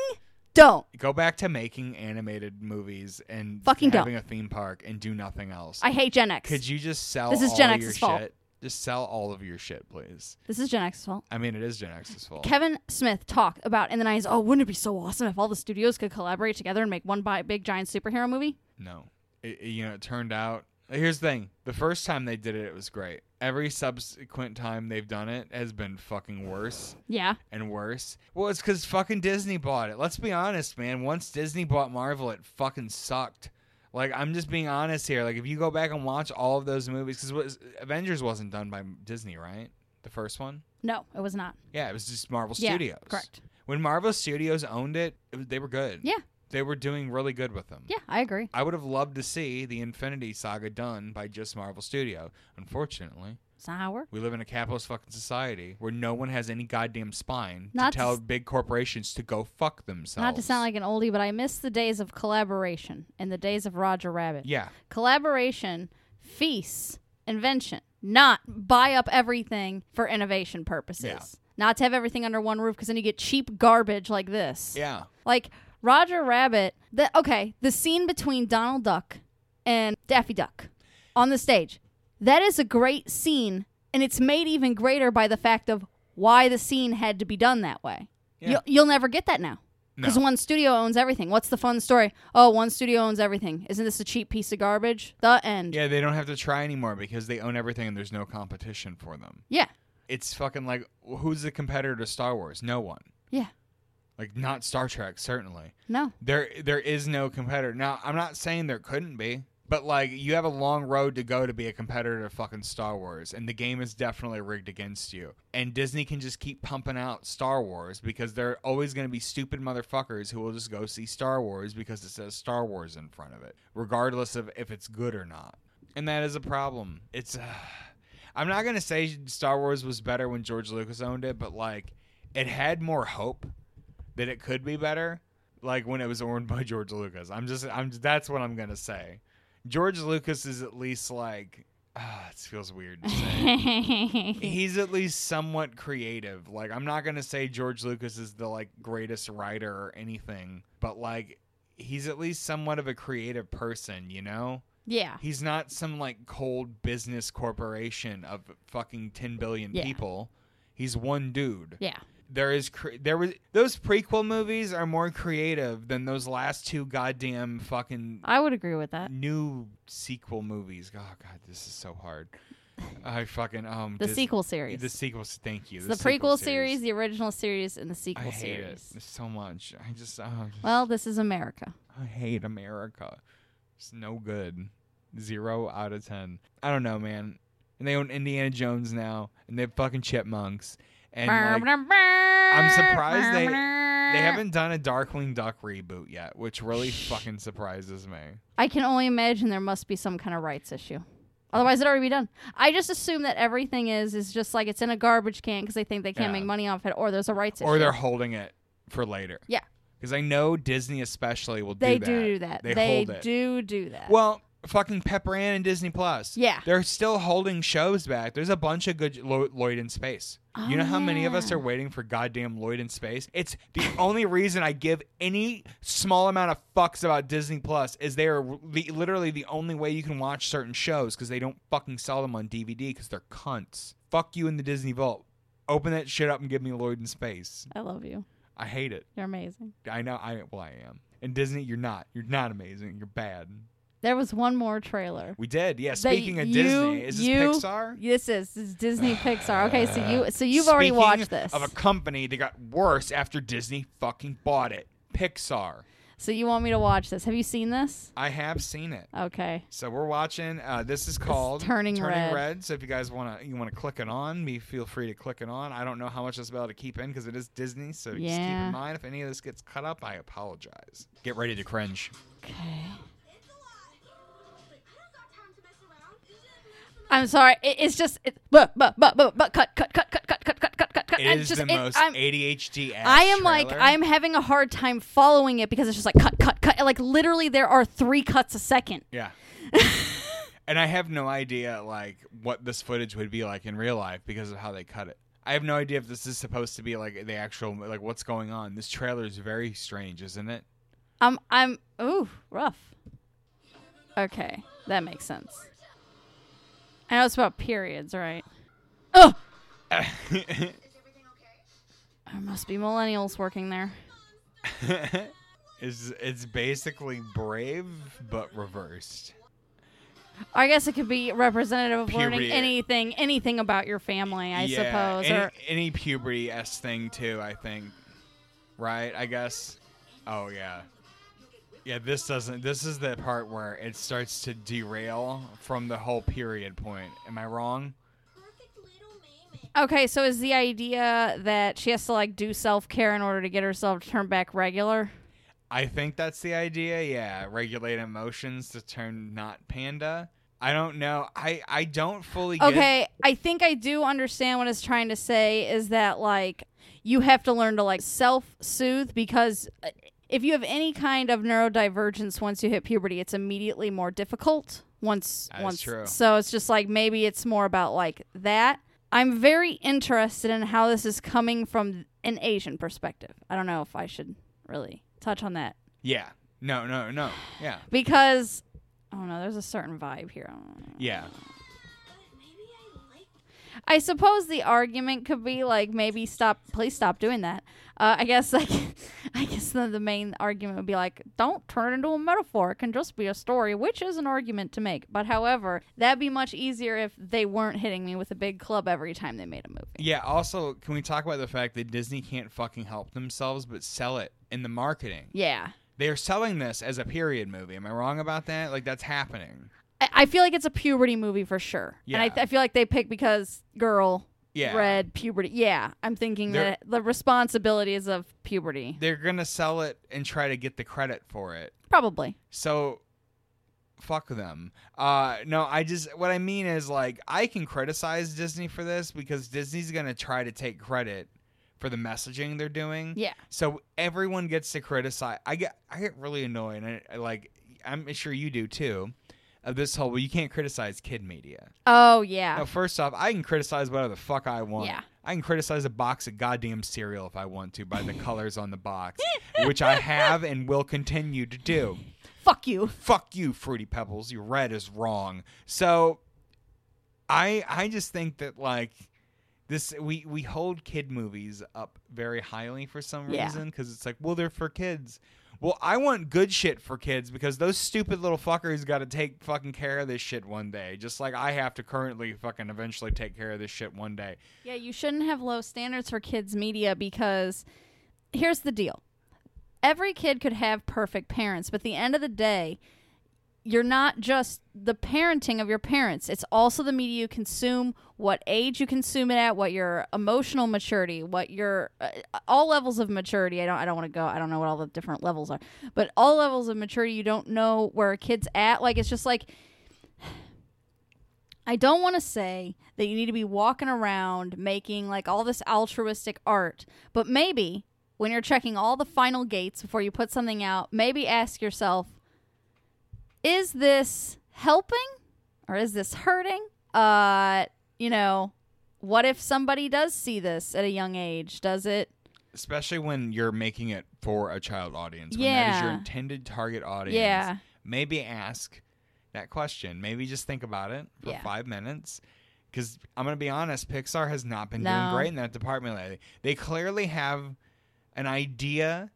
don't.
Go back to making animated movies and
Fucking don't.
having a theme park and do nothing else.
I hate Gen X.
Could you just sell
This is
all
Gen
your
X's fault.
shit? Just sell all of your shit, please.
this is Gen X's fault.
I mean, it is Gen X's fault.
Kevin Smith talked about in the 90s, oh, wouldn't it be so awesome if all the studios could collaborate together and make one bi- big giant superhero movie?
no. It, it- you know, it turned out. Here's the thing. The first time they did it, it was great. Every subsequent time they've done it has been fucking worse
Yeah.
and worse. Well, it's because fucking Disney bought it. Let's be honest, man. Once Disney bought Marvel, it fucking sucked. Like, I'm just being honest here. Like, if you go back and watch all of those movies, because Avengers wasn't done by Disney, right? The first one?
No, it was not.
Yeah, it was just Marvel
Yeah,
Studios.
correct.
When Marvel Studios owned it, it was, they were good.
Yeah.
They were doing really good with them.
Yeah, I agree.
I would have loved to see the Infinity Saga done by just Marvel Studio. Unfortunately,
It's not how it works.
we live in a capitalist fucking society where no one has any goddamn spine
Not to
to tell
s-
big corporations to go fuck themselves.
Not to sound like an oldie, but I miss the days of collaboration and the days of Roger Rabbit.
Yeah.
Collaboration, feasts, invention, not buy up everything for innovation purposes.
Yeah.
Not to have everything under one roof because then you get cheap garbage like this.
Yeah.
Like Roger Rabbit, the okay, the scene between Donald Duck and Daffy Duck on the stage. That is a great scene and it's made even greater by the fact of why the scene had to be done that way.
Yeah.
You'll, you'll never get that now. Because
No.
one studio owns everything. What's the fun story? Oh, one studio owns everything. Isn't this a cheap piece of garbage? The end.
Yeah, they don't have to try anymore because they own everything and there's no competition for them.
Yeah.
It's fucking like who's the competitor to Star Wars? No one.
Yeah.
Like not Star Trek certainly.
No.
There there is no competitor. Now, I'm not saying there couldn't be, but like you have a long road to go to be a competitor to fucking Star Wars, and the game is definitely rigged against you. And Disney can just keep pumping out Star Wars because there are always going to be stupid motherfuckers who will just go see Star Wars because it says Star Wars in front of it, regardless of if it's good or not. And that is a problem. It's uh, I'm not going to say Star Wars was better when George Lucas owned it, but like it had more hope that it could be better, like when it was owned by George Lucas. I'm just, I'm that's what I'm gonna say. George Lucas is at least like, ah, it feels weird to say. He's at least somewhat creative. Like I'm not gonna say George Lucas is the like greatest writer or anything, but like he's at least somewhat of a creative person, you know?
yeah.
He's not some like cold business corporation of fucking 10 billion
Yeah.
people. He's one dude
Yeah.
there is cre- there was those prequel movies are more creative than those last two goddamn fucking
I would agree with
Mm,
that.
new sequel movies. Oh god, this is so hard. I fucking um
The
Dis-
sequel series.
The sequels. Thank you.
It's the,
sequel
prequel series, the original series, and the sequel
I hate
series.
it so much. I just oh,
Well, this is America.
I hate America. It's no good. Zero out of ten. I don't know, man. And they own Indiana Jones now, and they have fucking chipmunks. And like,
I'm
surprised they- They haven't done a Darkwing Duck reboot yet, which really fucking surprises me.
I can only imagine there must be some kind of rights issue. Otherwise, it'd already be done. I just assume that everything is is just like it's in a garbage can because they think they can't
Yeah.
make money off it, or there's a rights
Or
issue.
they're holding it for later.
Yeah.
Because I know Disney especially will do
they
that.
do do that.
They,
They,
hold it.
do do that.
Well, fucking Pepper Ann and Disney Plus.
Yeah.
They're still holding shows back. There's a bunch of good Lo- Lloyd in Space. you
Oh,
know how many of us
yeah.
are waiting for goddamn Lloyd in Space? It's the only reason I give any small amount of fucks about Disney Plus is they are li- literally the only way you can watch certain shows because they don't fucking sell them on DVD because they're cunts. Fuck you in the Disney Vault. Open that shit up and give me Lloyd in Space.
I love you.
I hate it.
You're amazing.
I know. I well, I am. And Disney, you're not. You're not amazing. You're bad.
There was one more trailer.
We did. Yeah.
They-
Speaking of
you-
Disney, is this
you-
Pixar?
This is this is Disney Pixar. Okay, so you so you've already
Speaking
watched this.
Of a company that got worse after Disney fucking bought it. Pixar.
So you want me to watch this? Have you seen this?
I have seen it.
Okay.
So we're watching. Uh, this is called
Turning Red.
So if you guys want to, you want to click it on, me feel free to click it on. I don't know how much this will be able to keep in because it is Disney. So just keep
Yeah.
in mind if any of this gets cut up, I apologize. Get ready to cringe.
Okay.
It's a lot. Wait, I don't got time to mess around.
I'm sorry. It, it's just it, but but but but but cut cut cut cut cut cut cut cut cut cut.
It
It's
is
just-
the
it-
most
I'm-
ADHD. -ass
I am like
trailer.
I'm having a hard time following it because it's just like cut cut cut. Like literally, there are three cuts a second.
Yeah. and I have no idea like what this footage would be like in real life because of how they cut it. I have no idea if this is supposed to be like the actual like what's going on. This trailer is very strange, isn't it?
I'm I'm ooh rough. Okay, that makes sense. I know it's about periods, right? Oh, there must be millennials working there.
it's it's basically brave but reversed.
I guess it could be representative of learning
Period.
anything, anything about your family, I
yeah,
suppose.
Any,
or
any puberty s thing too, I think. Right? I guess. Oh yeah. Yeah, this doesn't. This is the part where it starts to derail from the whole period point. Am I wrong?
Perfect little Maymay.
okay, so is the idea that she has to like do self care in order to get herself to turn back regular?
I think that's the idea. Yeah, regulate emotions to turn not panda. I don't know. I I don't fully get
Okay, I think I do understand what it's trying to say is that like you have to learn to like self soothe because uh, if you have any kind of neurodivergence once you hit puberty, it's immediately more difficult. Once,
That is
once,
true.
so it's just like maybe it's more about like that. I'm very interested in how this is coming from an Asian perspective. I don't know if I should really touch on that
Yeah. No. No. No. Yeah.
because I don't know. There's a certain vibe here. I don't know.
Yeah.
But maybe I like
I suppose the argument could be like maybe stop, please stop doing that. Uh, I guess like I guess the, the main argument would be like don't turn it into a metaphor. It can just be a story, which is an argument to make. But however, that'd be much easier if they weren't hitting me with a big club every time they made a movie.
Yeah. Also, can we talk about the fact that Disney can't fucking help themselves but sell it in the marketing?
Yeah,
They are selling this as a period movie. Am I wrong about that? Like that's happening.
I, I feel like it's a puberty movie for sure. and I,
Yeah.
I feel like they pick because girl.
Yeah.
Red puberty. Yeah, I'm thinking
They're-
that the responsibilities of puberty.
They're gonna sell it and try to get the credit for it.
Probably.
So fuck them. Uh no, I just what I mean is like I can criticize Disney for this because Disney's going to try to take credit for the messaging they're doing.
Yeah.
So everyone gets to criticize. I get I get really annoyed and I, like I'm sure you do too. Of this whole, well, you can't criticize kid media.
Oh yeah.
Now, first off, I can criticize whatever the fuck I want.
Yeah.
I can criticize a box of goddamn cereal if I want to by the colors on the box, which I have and will continue to do
Fuck you.
fuck you fruity pebbles your red is wrong so i i just think that like this we we hold kid movies up very highly for some
Yeah.
reason because it's like well they're for kids well i want good shit for kids because those stupid little fuckers got to take fucking care of this shit one day just like i have to currently fucking eventually take care of this shit one day
Yeah, you shouldn't have low standards for kids' media because here's the deal. Every kid could have perfect parents, but at the end of the day, you're not just the parenting of your parents. It's also the media you consume, what age you consume it at, what your emotional maturity, what your uh, all levels of maturity. I don't I don't want to go. I don't know what all the different levels are. But all levels of maturity, you don't know where a kid's at. Like it's just like I don't want to say that you need to be walking around making like all this altruistic art, but maybe when you're checking all the final gates before you put something out, maybe ask yourself is this helping or is this hurting? Uh, you know, what if somebody does see this at a young age? Does it?
especially when you're making it for a child audience when that is your
Yeah.
intended target audience
Yeah.
maybe ask that question maybe just think about it for
Yeah.
five minutes because i'm gonna be honest pixar has not been
No.
doing great in that department lately they clearly have an idea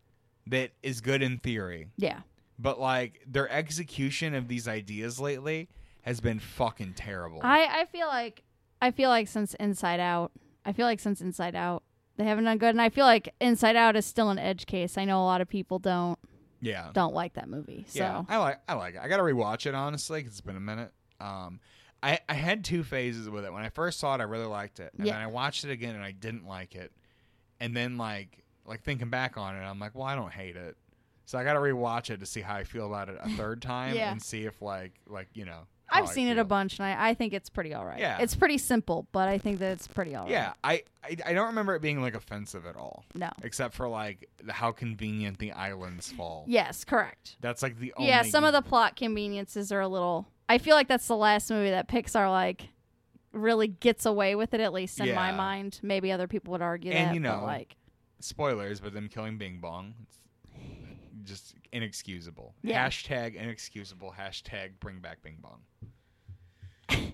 that is good in theory,
Yeah.
but like their execution of these ideas lately has been fucking terrible.
I, I feel like I feel like since Inside Out, I feel like since Inside Out, they haven't done good, and I feel like Inside Out is still an edge case. I know a lot of people don't
yeah.
don't like that movie. So
Yeah, I like I like it. I gotta rewatch it honestly because it's been a minute. Um, I I had two phases with it. When I first saw it, I really liked it, and
Yeah.
then I watched it again and I didn't like it, and then like like thinking back on it, I'm like, well, I don't hate it, so I gotta rewatch it to see how I feel about it a third time
Yeah.
and see if like like you know. how
I've
I
seen it a
feel.
bunch, and I, I think it's pretty all right.
Yeah.
It's pretty simple, but I think that it's pretty all right.
Yeah, I, I I don't remember it being like offensive at all,
No.
except for like the- how convenient the islands fall.
Yes, correct.
That's like the only
yeah, some of the plot conveniences are a little. I feel like that's the last movie that Pixar like really gets away with it, at least in my
Yeah.
mind. Maybe other people would argue
And,
that,
you
but,
know,
like,
spoilers, but them killing Bing Bong, it's just inexcusable.
Yeah.
Hashtag inexcusable. Hashtag bring back Bing Bong.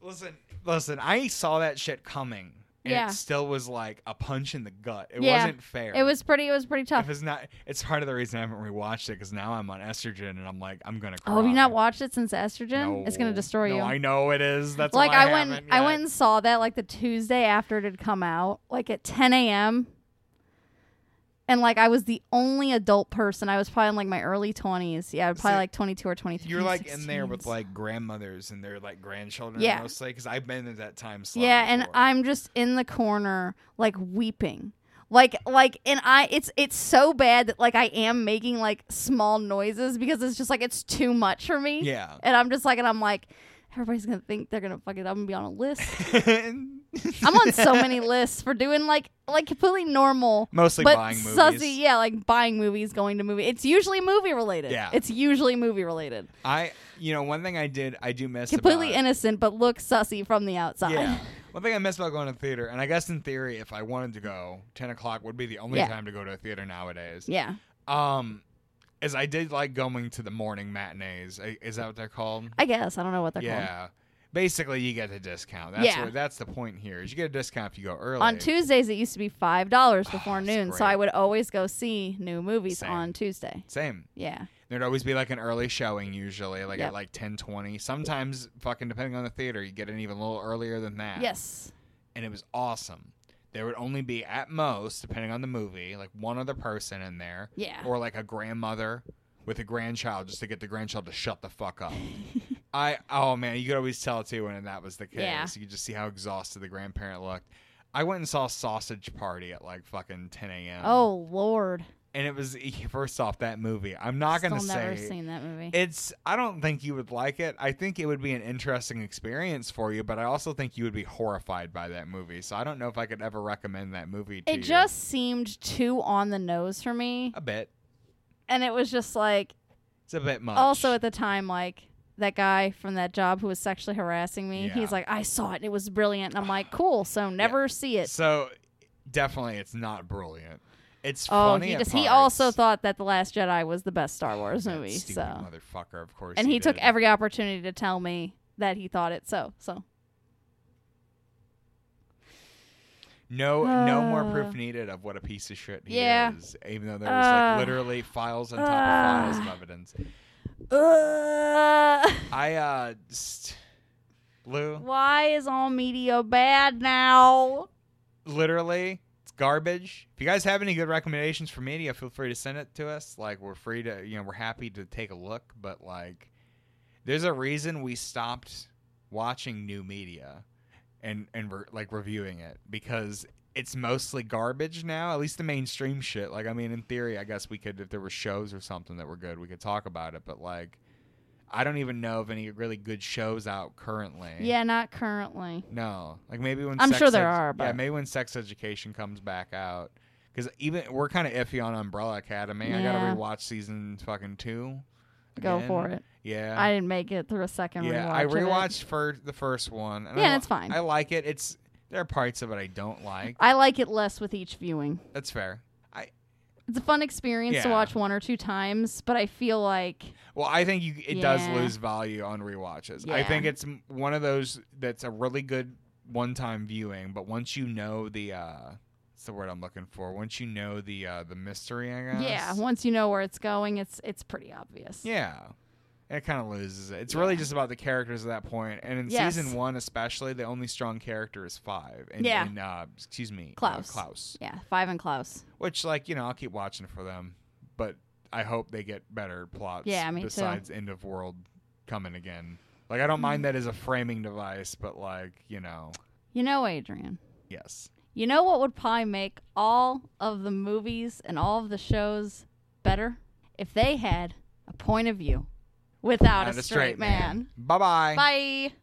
listen, listen. I saw that shit coming, and
Yeah.
it still was like a punch in the gut. It
Yeah.
wasn't fair.
it was pretty. It was pretty tough.
If it's not, it's part of the reason I haven't rewatched it because now I'm on estrogen and I'm like, I'm gonna. Cry.
Oh, have you not watched it since Estrogen?
No.
It's gonna destroy
No,
you.
I know it is. That's
like
why
I, went,
haven't
I
yet.
went and saw that like the Tuesday after it had come out, like at 10 a.m. And like I was the only adult person. I was probably in like my early 20s. Yeah, probably
See,
like 22 or 23.
You're like in there with
16s.
like grandmothers and their like grandchildren
Yeah.
mostly because I've been at that time slot.
Yeah, and
before.
I'm just in the corner like weeping. Like like and I it's it's so bad that like I am making like small noises because it's just like it's too much for me.
Yeah.
And I'm just like and I'm like everybody's going to think they're going to fucking I'm going to be on a list. I'm
I'm
on so many lists for doing like like completely normal
Mostly
but
buying movies.
sussy, yeah, like buying movies, going to movie. It's usually movie related.
Yeah.
It's usually movie related.
I, you know, one thing I did, I do miss
Completely
about,
innocent, but looks sussy from the outside.
Yeah. One thing I miss about going to theater, and I guess in theory, if I wanted to go, ten o'clock would be the only
Yeah.
time to go to a theater nowadays.
yeah.
Um, is I did like going to the morning matinees. I- Is that what they're called?
I guess I don't know what they're called.
yeah. Basically, you get the discount. That's
Yeah.
what, that's the point here. Is you get a discount if you go early.
On Tuesdays, it used to be five dollars before
Oh, that's
noon, so
great.
I would always go see new movies
Same.
on Tuesday.
Same.
Yeah,
There'd always be like an early showing usually, like
Yep.
at like ten twenty. Sometimes fucking depending on the theater, you get it even a little earlier than that.
yes,
And it was awesome. There would only be at most, depending on the movie, like one other person in there.
Yeah.
Or like a grandmother with a grandchild just to get the grandchild to shut the fuck up. I oh man, you could always tell too when that was the case.
Yeah.
You could just see how exhausted the grandparent looked. I went and saw Sausage Party at like fucking ten AM.
oh lord,
And it was first off that movie. I'm not
still
gonna
never
say
seen that movie.
it's I don't think you would like it. I think it would be an interesting experience for you, but I also think you would be horrified by that movie. So I don't know if I could ever recommend that movie to
It
you.
just seemed too on the nose for me,
a bit.
and it was just like
It's a bit much.
also at the time like that guy from that job who was sexually harassing me
Yeah.
he's like i saw it and it was brilliant and i'm like cool so never see it
so definitely it's not brilliant. It's
oh
funny
he
at
just he
parts.
also thought that the last jedi was the best star wars
That
movie
stupid
so
motherfucker, of course.
and he took
did.
every opportunity to tell me that he thought it so so
no no more
Uh.
proof needed of what a piece of shit he
Yeah.
is. Even though there was like
Uh.
literally files on top of files of evidence.
uh,
I uh st- Lou
why is all media bad now
literally it's garbage if you guys have any good recommendations for media feel free to send it to us like we're free to you know we're happy to take a look but like there's a reason we stopped watching new media and and re- like reviewing it because it's mostly garbage now at least the mainstream shit like i mean in theory i guess we could if there were shows or something that were good we could talk about it but like i don't even know of any really good shows out currently
yeah not currently
no, like maybe when
I'm
sex
sure there
ed-
are,
yeah,
but-
maybe when sex education comes back out, because even we're kind of iffy on Umbrella Academy. I
Yeah.
gotta rewatch season fucking two.
go
again.
for it
Yeah,
i didn't make it through a second
yeah.
rewatch
I
of it.
rewatched for the first one. And
Yeah,
I,
that's fine.
I like it. It's there are parts of it I don't like.
i like it less with each viewing
That's fair. I
it's a fun experience to
Yeah.
watch one or two times, but I feel like
well, I think you it does
Yeah.
lose value on rewatches. I
Yeah.
think it's m- one of those that's a really good one time viewing, but once you know the uh, what's the word I'm looking for? Once you know the uh, the mystery, I guess.
Yeah, once you know where it's going, it's it's pretty obvious.
Yeah. It kind of loses it. It's really
Yeah.
just about the characters at that point. And in
Yes.
season one, especially, the only strong character is five. And,
Yeah.
and, uh, excuse me, uh,
Klaus.
Klaus.
Yeah, Five and Klaus.
Which, like, you know, I'll keep watching for them, but I hope they get better plots.
Yeah, me too.
besides end of world coming again. Like, I don't mind
Mm-hmm.
that as a framing device, but like, you know,
You know, Adrian.
yes,
You know what would probably make all of the movies and all of the shows better if they had a point of view without
Not
a straight, man.
Bye bye.
Bye.